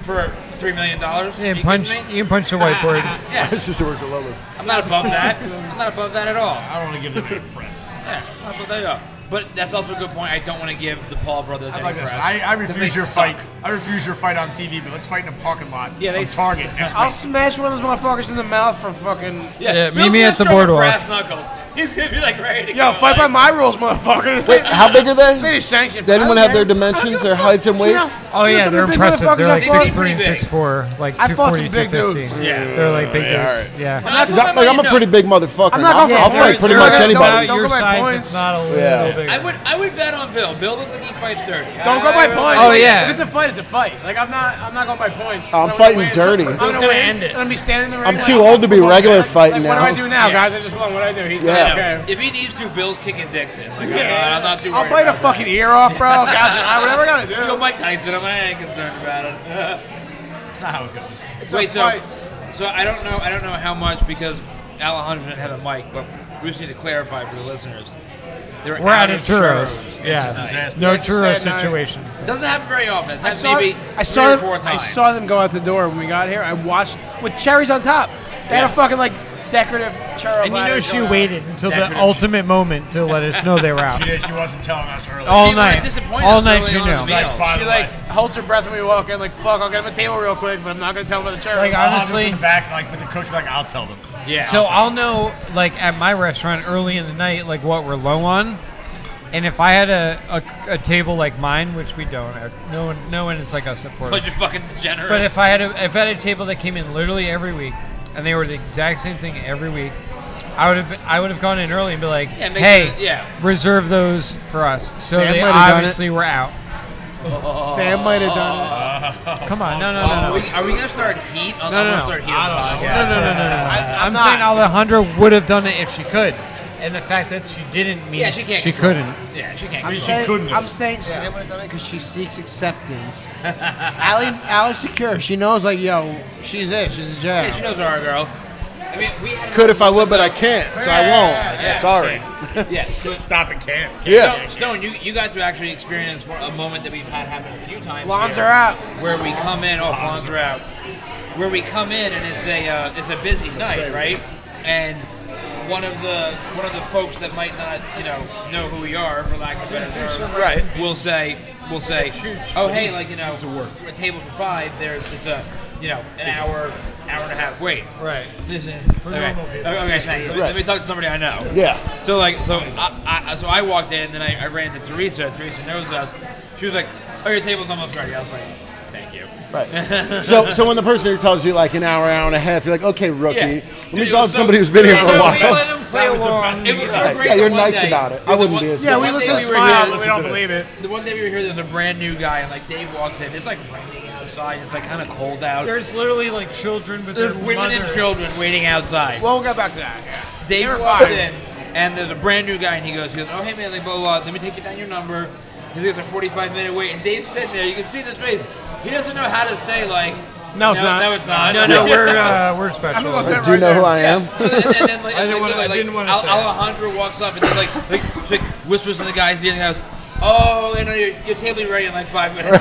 Speaker 2: for three million dollars.
Speaker 1: You can punch.
Speaker 2: Me?
Speaker 1: You can punch the whiteboard.
Speaker 4: Ah.
Speaker 5: this is works at Lola's.
Speaker 2: I'm not above that. I'm not above that at all.
Speaker 6: I don't want to give them any press.
Speaker 2: Yeah, I'm not above that at all. But that's also a good point. I don't want to give the Paul brothers any
Speaker 6: I'm like this.
Speaker 2: press.
Speaker 6: I, I
Speaker 2: 'cause they
Speaker 6: refuse your
Speaker 2: suck.
Speaker 6: fight. I refuse your fight on TV, but let's fight in a parking lot.
Speaker 2: Yeah, they
Speaker 6: on Target.
Speaker 2: suck.
Speaker 6: next
Speaker 4: I'll
Speaker 6: week.
Speaker 4: smash one of those motherfuckers in the mouth for fucking.
Speaker 2: Yeah,
Speaker 1: Yeah,
Speaker 2: Bill's
Speaker 1: meet me
Speaker 2: gonna
Speaker 1: at the
Speaker 2: start with
Speaker 1: boardwalk.
Speaker 2: Brass knuckles. He's gonna be like ready to
Speaker 4: Yo,
Speaker 2: go,
Speaker 4: fight by
Speaker 2: like,
Speaker 4: my rules, motherfuckers.
Speaker 5: Wait, how big are
Speaker 4: Say
Speaker 5: they?
Speaker 4: they sanctioned.
Speaker 5: They didn't
Speaker 4: I don't
Speaker 5: wanna have
Speaker 4: care.
Speaker 5: their
Speaker 4: I don't
Speaker 5: dimensions,
Speaker 4: give a
Speaker 5: their
Speaker 4: fuck.
Speaker 5: heights and
Speaker 4: Do you know-
Speaker 5: weights?
Speaker 4: do you
Speaker 1: Oh
Speaker 4: know
Speaker 1: yeah,
Speaker 4: some of
Speaker 1: they're
Speaker 4: the big
Speaker 1: impressive. They're
Speaker 4: motherfuckers I
Speaker 1: like
Speaker 4: fought?
Speaker 2: fucked.
Speaker 1: six three and
Speaker 2: Pretty big.
Speaker 1: six four, like
Speaker 4: I
Speaker 1: two
Speaker 4: fought
Speaker 1: forty,
Speaker 4: some
Speaker 1: two
Speaker 4: big
Speaker 1: fifty.
Speaker 4: dudes.
Speaker 1: Yeah, they're like big
Speaker 5: Yeah,
Speaker 1: dudes. Yeah.
Speaker 2: I'm
Speaker 5: Like,
Speaker 2: gonna
Speaker 5: I'm a
Speaker 2: let you
Speaker 5: pretty
Speaker 2: know.
Speaker 5: big motherfucker.
Speaker 4: I'm not gonna
Speaker 5: I'll
Speaker 4: fight
Speaker 5: fight pretty much
Speaker 4: Don't-
Speaker 5: anybody.
Speaker 4: don't-
Speaker 1: Your
Speaker 4: go by
Speaker 1: size,
Speaker 4: points.
Speaker 1: it's not a little
Speaker 5: Yeah.
Speaker 1: bigger.
Speaker 2: I would I would bet on Bill. Bill looks like he fights dirty.
Speaker 4: Don't go by points.
Speaker 1: Oh,
Speaker 4: Like,
Speaker 1: yeah.
Speaker 4: If it's a fight, it's a fight. Like I'm not, I'm not going by points.
Speaker 5: I'm
Speaker 4: If I
Speaker 5: fighting
Speaker 4: win,
Speaker 5: dirty.
Speaker 4: I'm
Speaker 5: Who's
Speaker 4: gonna,
Speaker 1: gonna
Speaker 4: win,
Speaker 1: end it?
Speaker 4: And I'm be standing in the ring.
Speaker 5: I'm
Speaker 4: like,
Speaker 5: too old to be
Speaker 4: what do I-
Speaker 5: regular
Speaker 4: like,
Speaker 5: fighting
Speaker 4: What do I
Speaker 5: now.
Speaker 4: do now,
Speaker 2: Yeah.
Speaker 4: guys? I just won. What do I do? He's
Speaker 5: Yeah.
Speaker 4: like,
Speaker 2: Yeah.
Speaker 4: okay.
Speaker 2: If he needs to, Bill's kicking dicks in. Like,
Speaker 4: Yeah.
Speaker 2: I'm, not, I'm not too worried.
Speaker 4: I'll bite a
Speaker 2: about
Speaker 4: fucking ear off, bro. Gosh, I whatever I gotta
Speaker 2: that. Go
Speaker 4: do.
Speaker 2: Mike Tyson. I'm not concerned about it.
Speaker 6: That's not how it goes.
Speaker 4: It's a
Speaker 2: Wait, so
Speaker 4: fight.
Speaker 2: so I don't know I don't know how much because Alejandro didn't have a mic, but we just need to clarify for the listeners. They
Speaker 1: We're out of churros.
Speaker 2: churros.
Speaker 1: Yeah,
Speaker 6: disaster.
Speaker 1: no
Speaker 4: It's a
Speaker 1: churro
Speaker 4: sad night.
Speaker 1: situation.
Speaker 2: Doesn't happen very often. It's
Speaker 4: I
Speaker 2: happened
Speaker 4: saw,
Speaker 2: maybe
Speaker 4: I
Speaker 2: three
Speaker 4: saw
Speaker 2: or four
Speaker 4: them. I
Speaker 2: times.
Speaker 4: saw them go out the door when we got here. I watched with cherries on top. They had a fucking like decorative churro.
Speaker 1: And you know
Speaker 4: platter
Speaker 1: she
Speaker 4: going out.
Speaker 1: waited until the
Speaker 2: Decorative.
Speaker 1: ultimate moment to let us know they were out.
Speaker 6: She did. She wasn't telling us earlier.
Speaker 1: All
Speaker 2: See, we're
Speaker 1: night,
Speaker 2: disappointed
Speaker 1: all
Speaker 2: so
Speaker 1: night
Speaker 2: early
Speaker 1: she
Speaker 2: on in the
Speaker 1: knew.
Speaker 2: meal.
Speaker 6: Like, by
Speaker 4: She
Speaker 6: the
Speaker 4: like
Speaker 6: way,
Speaker 4: holds her breath when we walk in. Like fuck, I'll get him a table real quick, but I'm not gonna tell him about the churro.
Speaker 1: Like,
Speaker 6: I'll
Speaker 1: honestly-
Speaker 6: just in the back, like with the coach, be like I'll tell them.
Speaker 2: Yeah.
Speaker 1: So I'll know, like at my restaurant early in the night, like what we're low on, and if I had a, a, a table like mine, which we don't, uh, no one, no one is like us at Porter.
Speaker 2: bunch of fucking degenerates.
Speaker 1: But if I had a, if I had a table that came in literally every week, and they were the exact same thing every week, I would have been- I would have gone in early and be like,
Speaker 2: Yeah, make
Speaker 1: hey,
Speaker 2: sure that- yeah.
Speaker 1: reserve those for us. So
Speaker 4: Sam
Speaker 1: they
Speaker 4: might have done
Speaker 1: obviously were out.
Speaker 4: Sam might have done it.
Speaker 1: Come on, no, no,
Speaker 2: Oh,
Speaker 1: no,
Speaker 2: are
Speaker 1: no.
Speaker 2: we, are we gonna start heat? I'm
Speaker 1: No, no,
Speaker 2: gonna
Speaker 1: no.
Speaker 2: start heat.
Speaker 6: I
Speaker 2: on the
Speaker 6: don't know.
Speaker 2: podcast.
Speaker 1: No, no, no, no, no, no.
Speaker 4: I-
Speaker 1: I'm
Speaker 4: I'm
Speaker 1: saying
Speaker 4: not.
Speaker 1: Alejandra would have done it if she could, and the fact that she didn't means
Speaker 2: Yeah, she can't.
Speaker 1: She
Speaker 2: control it.
Speaker 1: couldn't.
Speaker 2: Yeah, she can't.
Speaker 4: I'm
Speaker 2: control
Speaker 4: saying,
Speaker 6: couldn't have.
Speaker 4: I'm saying Sam would have done it because she seeks acceptance. Ali, Ali's secure. She knows, like, yo, she's it. She's a
Speaker 2: it. Yeah, she
Speaker 4: jam.
Speaker 2: knows our girl. I mean, we had
Speaker 5: Could if I would, but I can't, so I
Speaker 2: Yeah.
Speaker 5: won't. Sorry.
Speaker 2: yeah. So
Speaker 6: Stop and can't.
Speaker 5: Yeah.
Speaker 2: Stone, you, you got to actually experience one- a moment that we've had happen a few times.
Speaker 4: Lawns
Speaker 2: here,
Speaker 4: are out.
Speaker 2: Where we come in, oh, lawns are out. Where we come in and it's a uh, it's a busy night, right? And one of the one of the folks that might not you know know who we are, for lack of a better term,
Speaker 5: Right.
Speaker 2: We'll say we'll say, oh hey, like you know, a table for five. There's it's a you know an hour hour and a half wait.
Speaker 1: Right.
Speaker 2: This is- okay. okay, thanks. Let me, let me talk to somebody I know.
Speaker 5: Yeah.
Speaker 2: So like, so I, I so I walked in, and then I, I ran to Teresa. Teresa knows us. She was like, "Oh, your table's almost ready." I was like, "Thank you."
Speaker 5: Right. So, so when the person who tells you like an hour, hour and a half, you're like, okay, rookie.
Speaker 2: Yeah.
Speaker 5: Let me
Speaker 2: Dude, it
Speaker 5: talk
Speaker 2: was
Speaker 5: to
Speaker 2: so-
Speaker 5: somebody who's been here
Speaker 2: it
Speaker 5: for
Speaker 2: was
Speaker 5: a
Speaker 2: so-
Speaker 5: while.
Speaker 2: we let him play along. It was so
Speaker 5: Right.
Speaker 2: great.
Speaker 5: Yeah,
Speaker 2: the
Speaker 5: you're
Speaker 2: one
Speaker 5: nice
Speaker 2: day-
Speaker 5: about it. I
Speaker 2: the
Speaker 5: wouldn't
Speaker 2: one-
Speaker 5: be as
Speaker 2: the
Speaker 4: Yeah, we
Speaker 2: one
Speaker 4: listen
Speaker 2: day
Speaker 4: to
Speaker 2: were
Speaker 4: smile.
Speaker 2: here-
Speaker 4: We don't believe it.
Speaker 2: The one day we were here, there's a brand new guy, and like Dave walks in. It's like raining outside. It's like kind of cold out. There's,
Speaker 1: There's literally like children, but
Speaker 2: women and children waiting outside.
Speaker 4: Well, we'll get back to that. Yeah.
Speaker 2: Dave walks in, and there's a brand new guy, and he goes, he goes, oh hey man, like blah blah. blah. Let me take you down your number. He gets a 45 minute wait, and Dave's sitting there. You can see in his face. He doesn't know how to say like,
Speaker 4: No, it's
Speaker 2: No,
Speaker 4: not.
Speaker 2: no, it's not.
Speaker 6: No, no, we're uh, we're special.
Speaker 4: I'm gonna
Speaker 5: Do you know who I am?
Speaker 2: and then, and then, like,
Speaker 6: I
Speaker 2: like,
Speaker 6: didn't wanna- I
Speaker 2: like,
Speaker 6: didn't wanna
Speaker 2: Al-
Speaker 6: say that.
Speaker 2: Alejandro walks up and then like, like, she, like whispers in the guy's ear and goes, "Oh, you know, your, your table will be ready in like five minutes."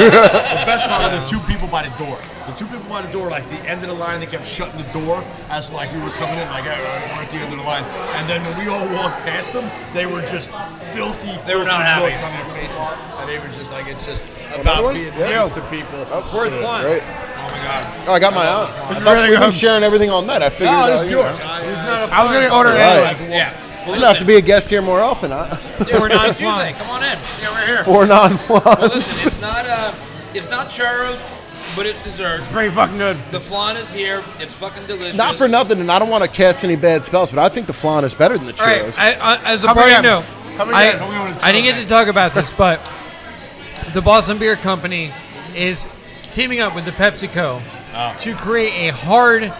Speaker 3: best part are the two people by the door. The two people by the door, like the end of the line, they kept shutting the door as like we were coming in, like "All right, we're at the end of the line. And then when we all walked past them, they were just filthy.
Speaker 2: They were not
Speaker 3: filthy looks
Speaker 2: happy.
Speaker 3: on their faces, and they were just like, it's just about being
Speaker 5: Yeah.
Speaker 3: nice to people. Oh
Speaker 6: Fourth line.
Speaker 5: Great.
Speaker 3: my god.
Speaker 5: Oh, I got my own. I thought
Speaker 4: really
Speaker 5: we've been
Speaker 4: good.
Speaker 5: sharing everything all night. I figured.
Speaker 3: Oh,
Speaker 5: uh,
Speaker 3: this is
Speaker 5: you
Speaker 3: yours.
Speaker 5: know.
Speaker 4: I was gonna order it
Speaker 5: Right.
Speaker 4: anyway.
Speaker 2: yeah. Well,
Speaker 5: I'm gonna have to be a guest here more often. Huh?
Speaker 6: We're
Speaker 2: on
Speaker 6: not
Speaker 2: Tuesday.
Speaker 6: flying.
Speaker 2: Come on in.
Speaker 4: Yeah, we're here.
Speaker 5: Four non
Speaker 2: Well,
Speaker 5: flan.
Speaker 2: listen, it's not uh, it's not churros, but it's dessert.
Speaker 4: Pretty fucking good.
Speaker 2: The flan is here. It's fucking delicious.
Speaker 5: Not for nothing, and I don't want to cast any bad spells, but I think the flan is better than the
Speaker 6: All right,
Speaker 5: churros.
Speaker 6: I, I, as the
Speaker 4: Coming
Speaker 6: party
Speaker 4: in.
Speaker 6: know,
Speaker 4: Coming
Speaker 6: I,
Speaker 4: in.
Speaker 3: Coming in with a
Speaker 6: I didn't get to talk about this, but the Boston Beer Company is teaming up with the PepsiCo to create a hard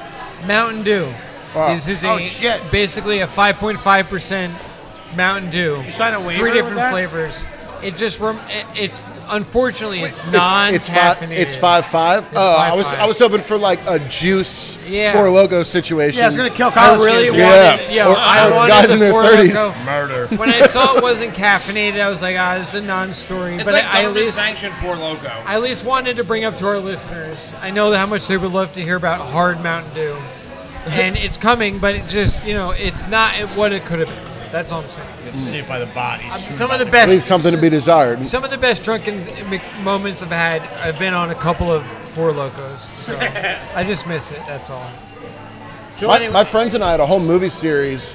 Speaker 6: Mountain Dew.
Speaker 4: Wow.
Speaker 6: This is
Speaker 4: Oh,
Speaker 6: a,
Speaker 4: shit.
Speaker 6: basically a 5.5 percent Mountain Dew.
Speaker 4: You sign a waiver
Speaker 6: Three
Speaker 4: with
Speaker 6: different
Speaker 4: that?
Speaker 6: flavors. It just rem- it- it's unfortunately it's non
Speaker 5: It's, it's five. It's five five. Oh, I was
Speaker 6: five-five.
Speaker 5: I was hoping for like a juice
Speaker 6: Yeah.
Speaker 5: four logo situation.
Speaker 4: Yeah, it's gonna kill
Speaker 6: I
Speaker 4: college
Speaker 6: really
Speaker 4: kids.
Speaker 6: wanted,
Speaker 5: Yeah.
Speaker 6: yeah.
Speaker 5: Or-
Speaker 6: I
Speaker 5: or
Speaker 6: wanted
Speaker 5: guys
Speaker 6: the
Speaker 5: in their
Speaker 6: four
Speaker 5: 30s.
Speaker 6: logo.
Speaker 3: Murder.
Speaker 6: when I saw it wasn't caffeinated, I was like, ah, this is a non-story.
Speaker 2: It's
Speaker 6: but
Speaker 2: like
Speaker 6: I, I at
Speaker 2: government
Speaker 6: least,
Speaker 2: sanctioned for loco.
Speaker 6: I at least wanted to bring up to our listeners. I know how much they would love to hear about hard Mountain Dew, and it's coming, but it just you know, it's not what it could have been. That's all I'm saying.
Speaker 3: Saved by the bodies.
Speaker 6: Some of the
Speaker 5: Leave
Speaker 6: best,
Speaker 5: something to be desired.
Speaker 6: some of the best drunken m- moments I've had. I've been on a couple of four locos, so I just miss it. That's all. So
Speaker 5: My,
Speaker 6: anyway,
Speaker 5: my friends and I had a whole movie series.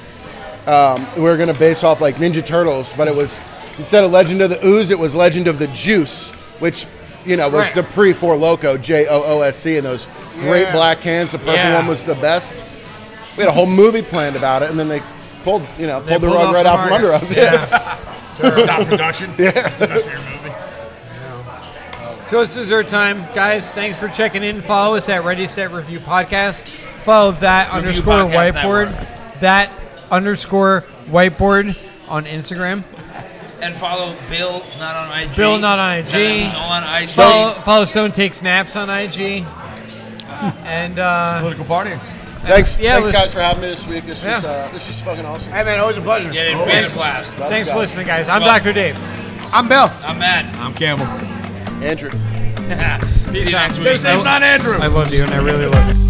Speaker 5: Um, we were going to base off like Ninja Turtles, but it was instead of Legend of the Ooze, it was Legend of the Juice, which you know was
Speaker 6: Right.
Speaker 5: the pre Four Loco J O O S C and those great black cans. The purple
Speaker 6: Yeah.
Speaker 5: one was the best. We had a whole movie planned about it, and then they pulled you know
Speaker 6: they
Speaker 5: pulled the rug
Speaker 6: pulled off
Speaker 5: right
Speaker 6: the
Speaker 5: out from under
Speaker 6: market.
Speaker 5: us. Yeah.
Speaker 3: Stop production. yeah. That's the best for your movie.
Speaker 6: So it's dessert time, guys. Thanks for checking in. Follow us at Ready Set Review Podcast. Follow that
Speaker 2: Review
Speaker 6: underscore
Speaker 2: Podcast
Speaker 6: whiteboard, that underscore whiteboard on Instagram.
Speaker 2: And follow Bill, not on IG.
Speaker 6: Bill not on IG.
Speaker 2: Adam's on IG.
Speaker 6: Follow, follow Stone Takes Naps on IG. And uh,
Speaker 3: Political party.
Speaker 5: Thanks,
Speaker 6: Yeah,
Speaker 5: thanks
Speaker 6: it was-
Speaker 5: guys for having me this week. This was
Speaker 6: Yeah.
Speaker 5: uh, this was fucking awesome.
Speaker 4: Hey man, always a pleasure.
Speaker 2: Yeah, we had a blast.
Speaker 5: Love
Speaker 6: thanks
Speaker 5: you
Speaker 6: for
Speaker 5: guys.
Speaker 6: listening, guys. I'm
Speaker 2: Well-
Speaker 6: Dr. Dave.
Speaker 4: I'm Bill.
Speaker 2: I'm Matt.
Speaker 3: I'm Campbell.
Speaker 5: Andrew.
Speaker 2: See you next week.
Speaker 3: His name's not Andrew.
Speaker 6: I love you, and I really love you.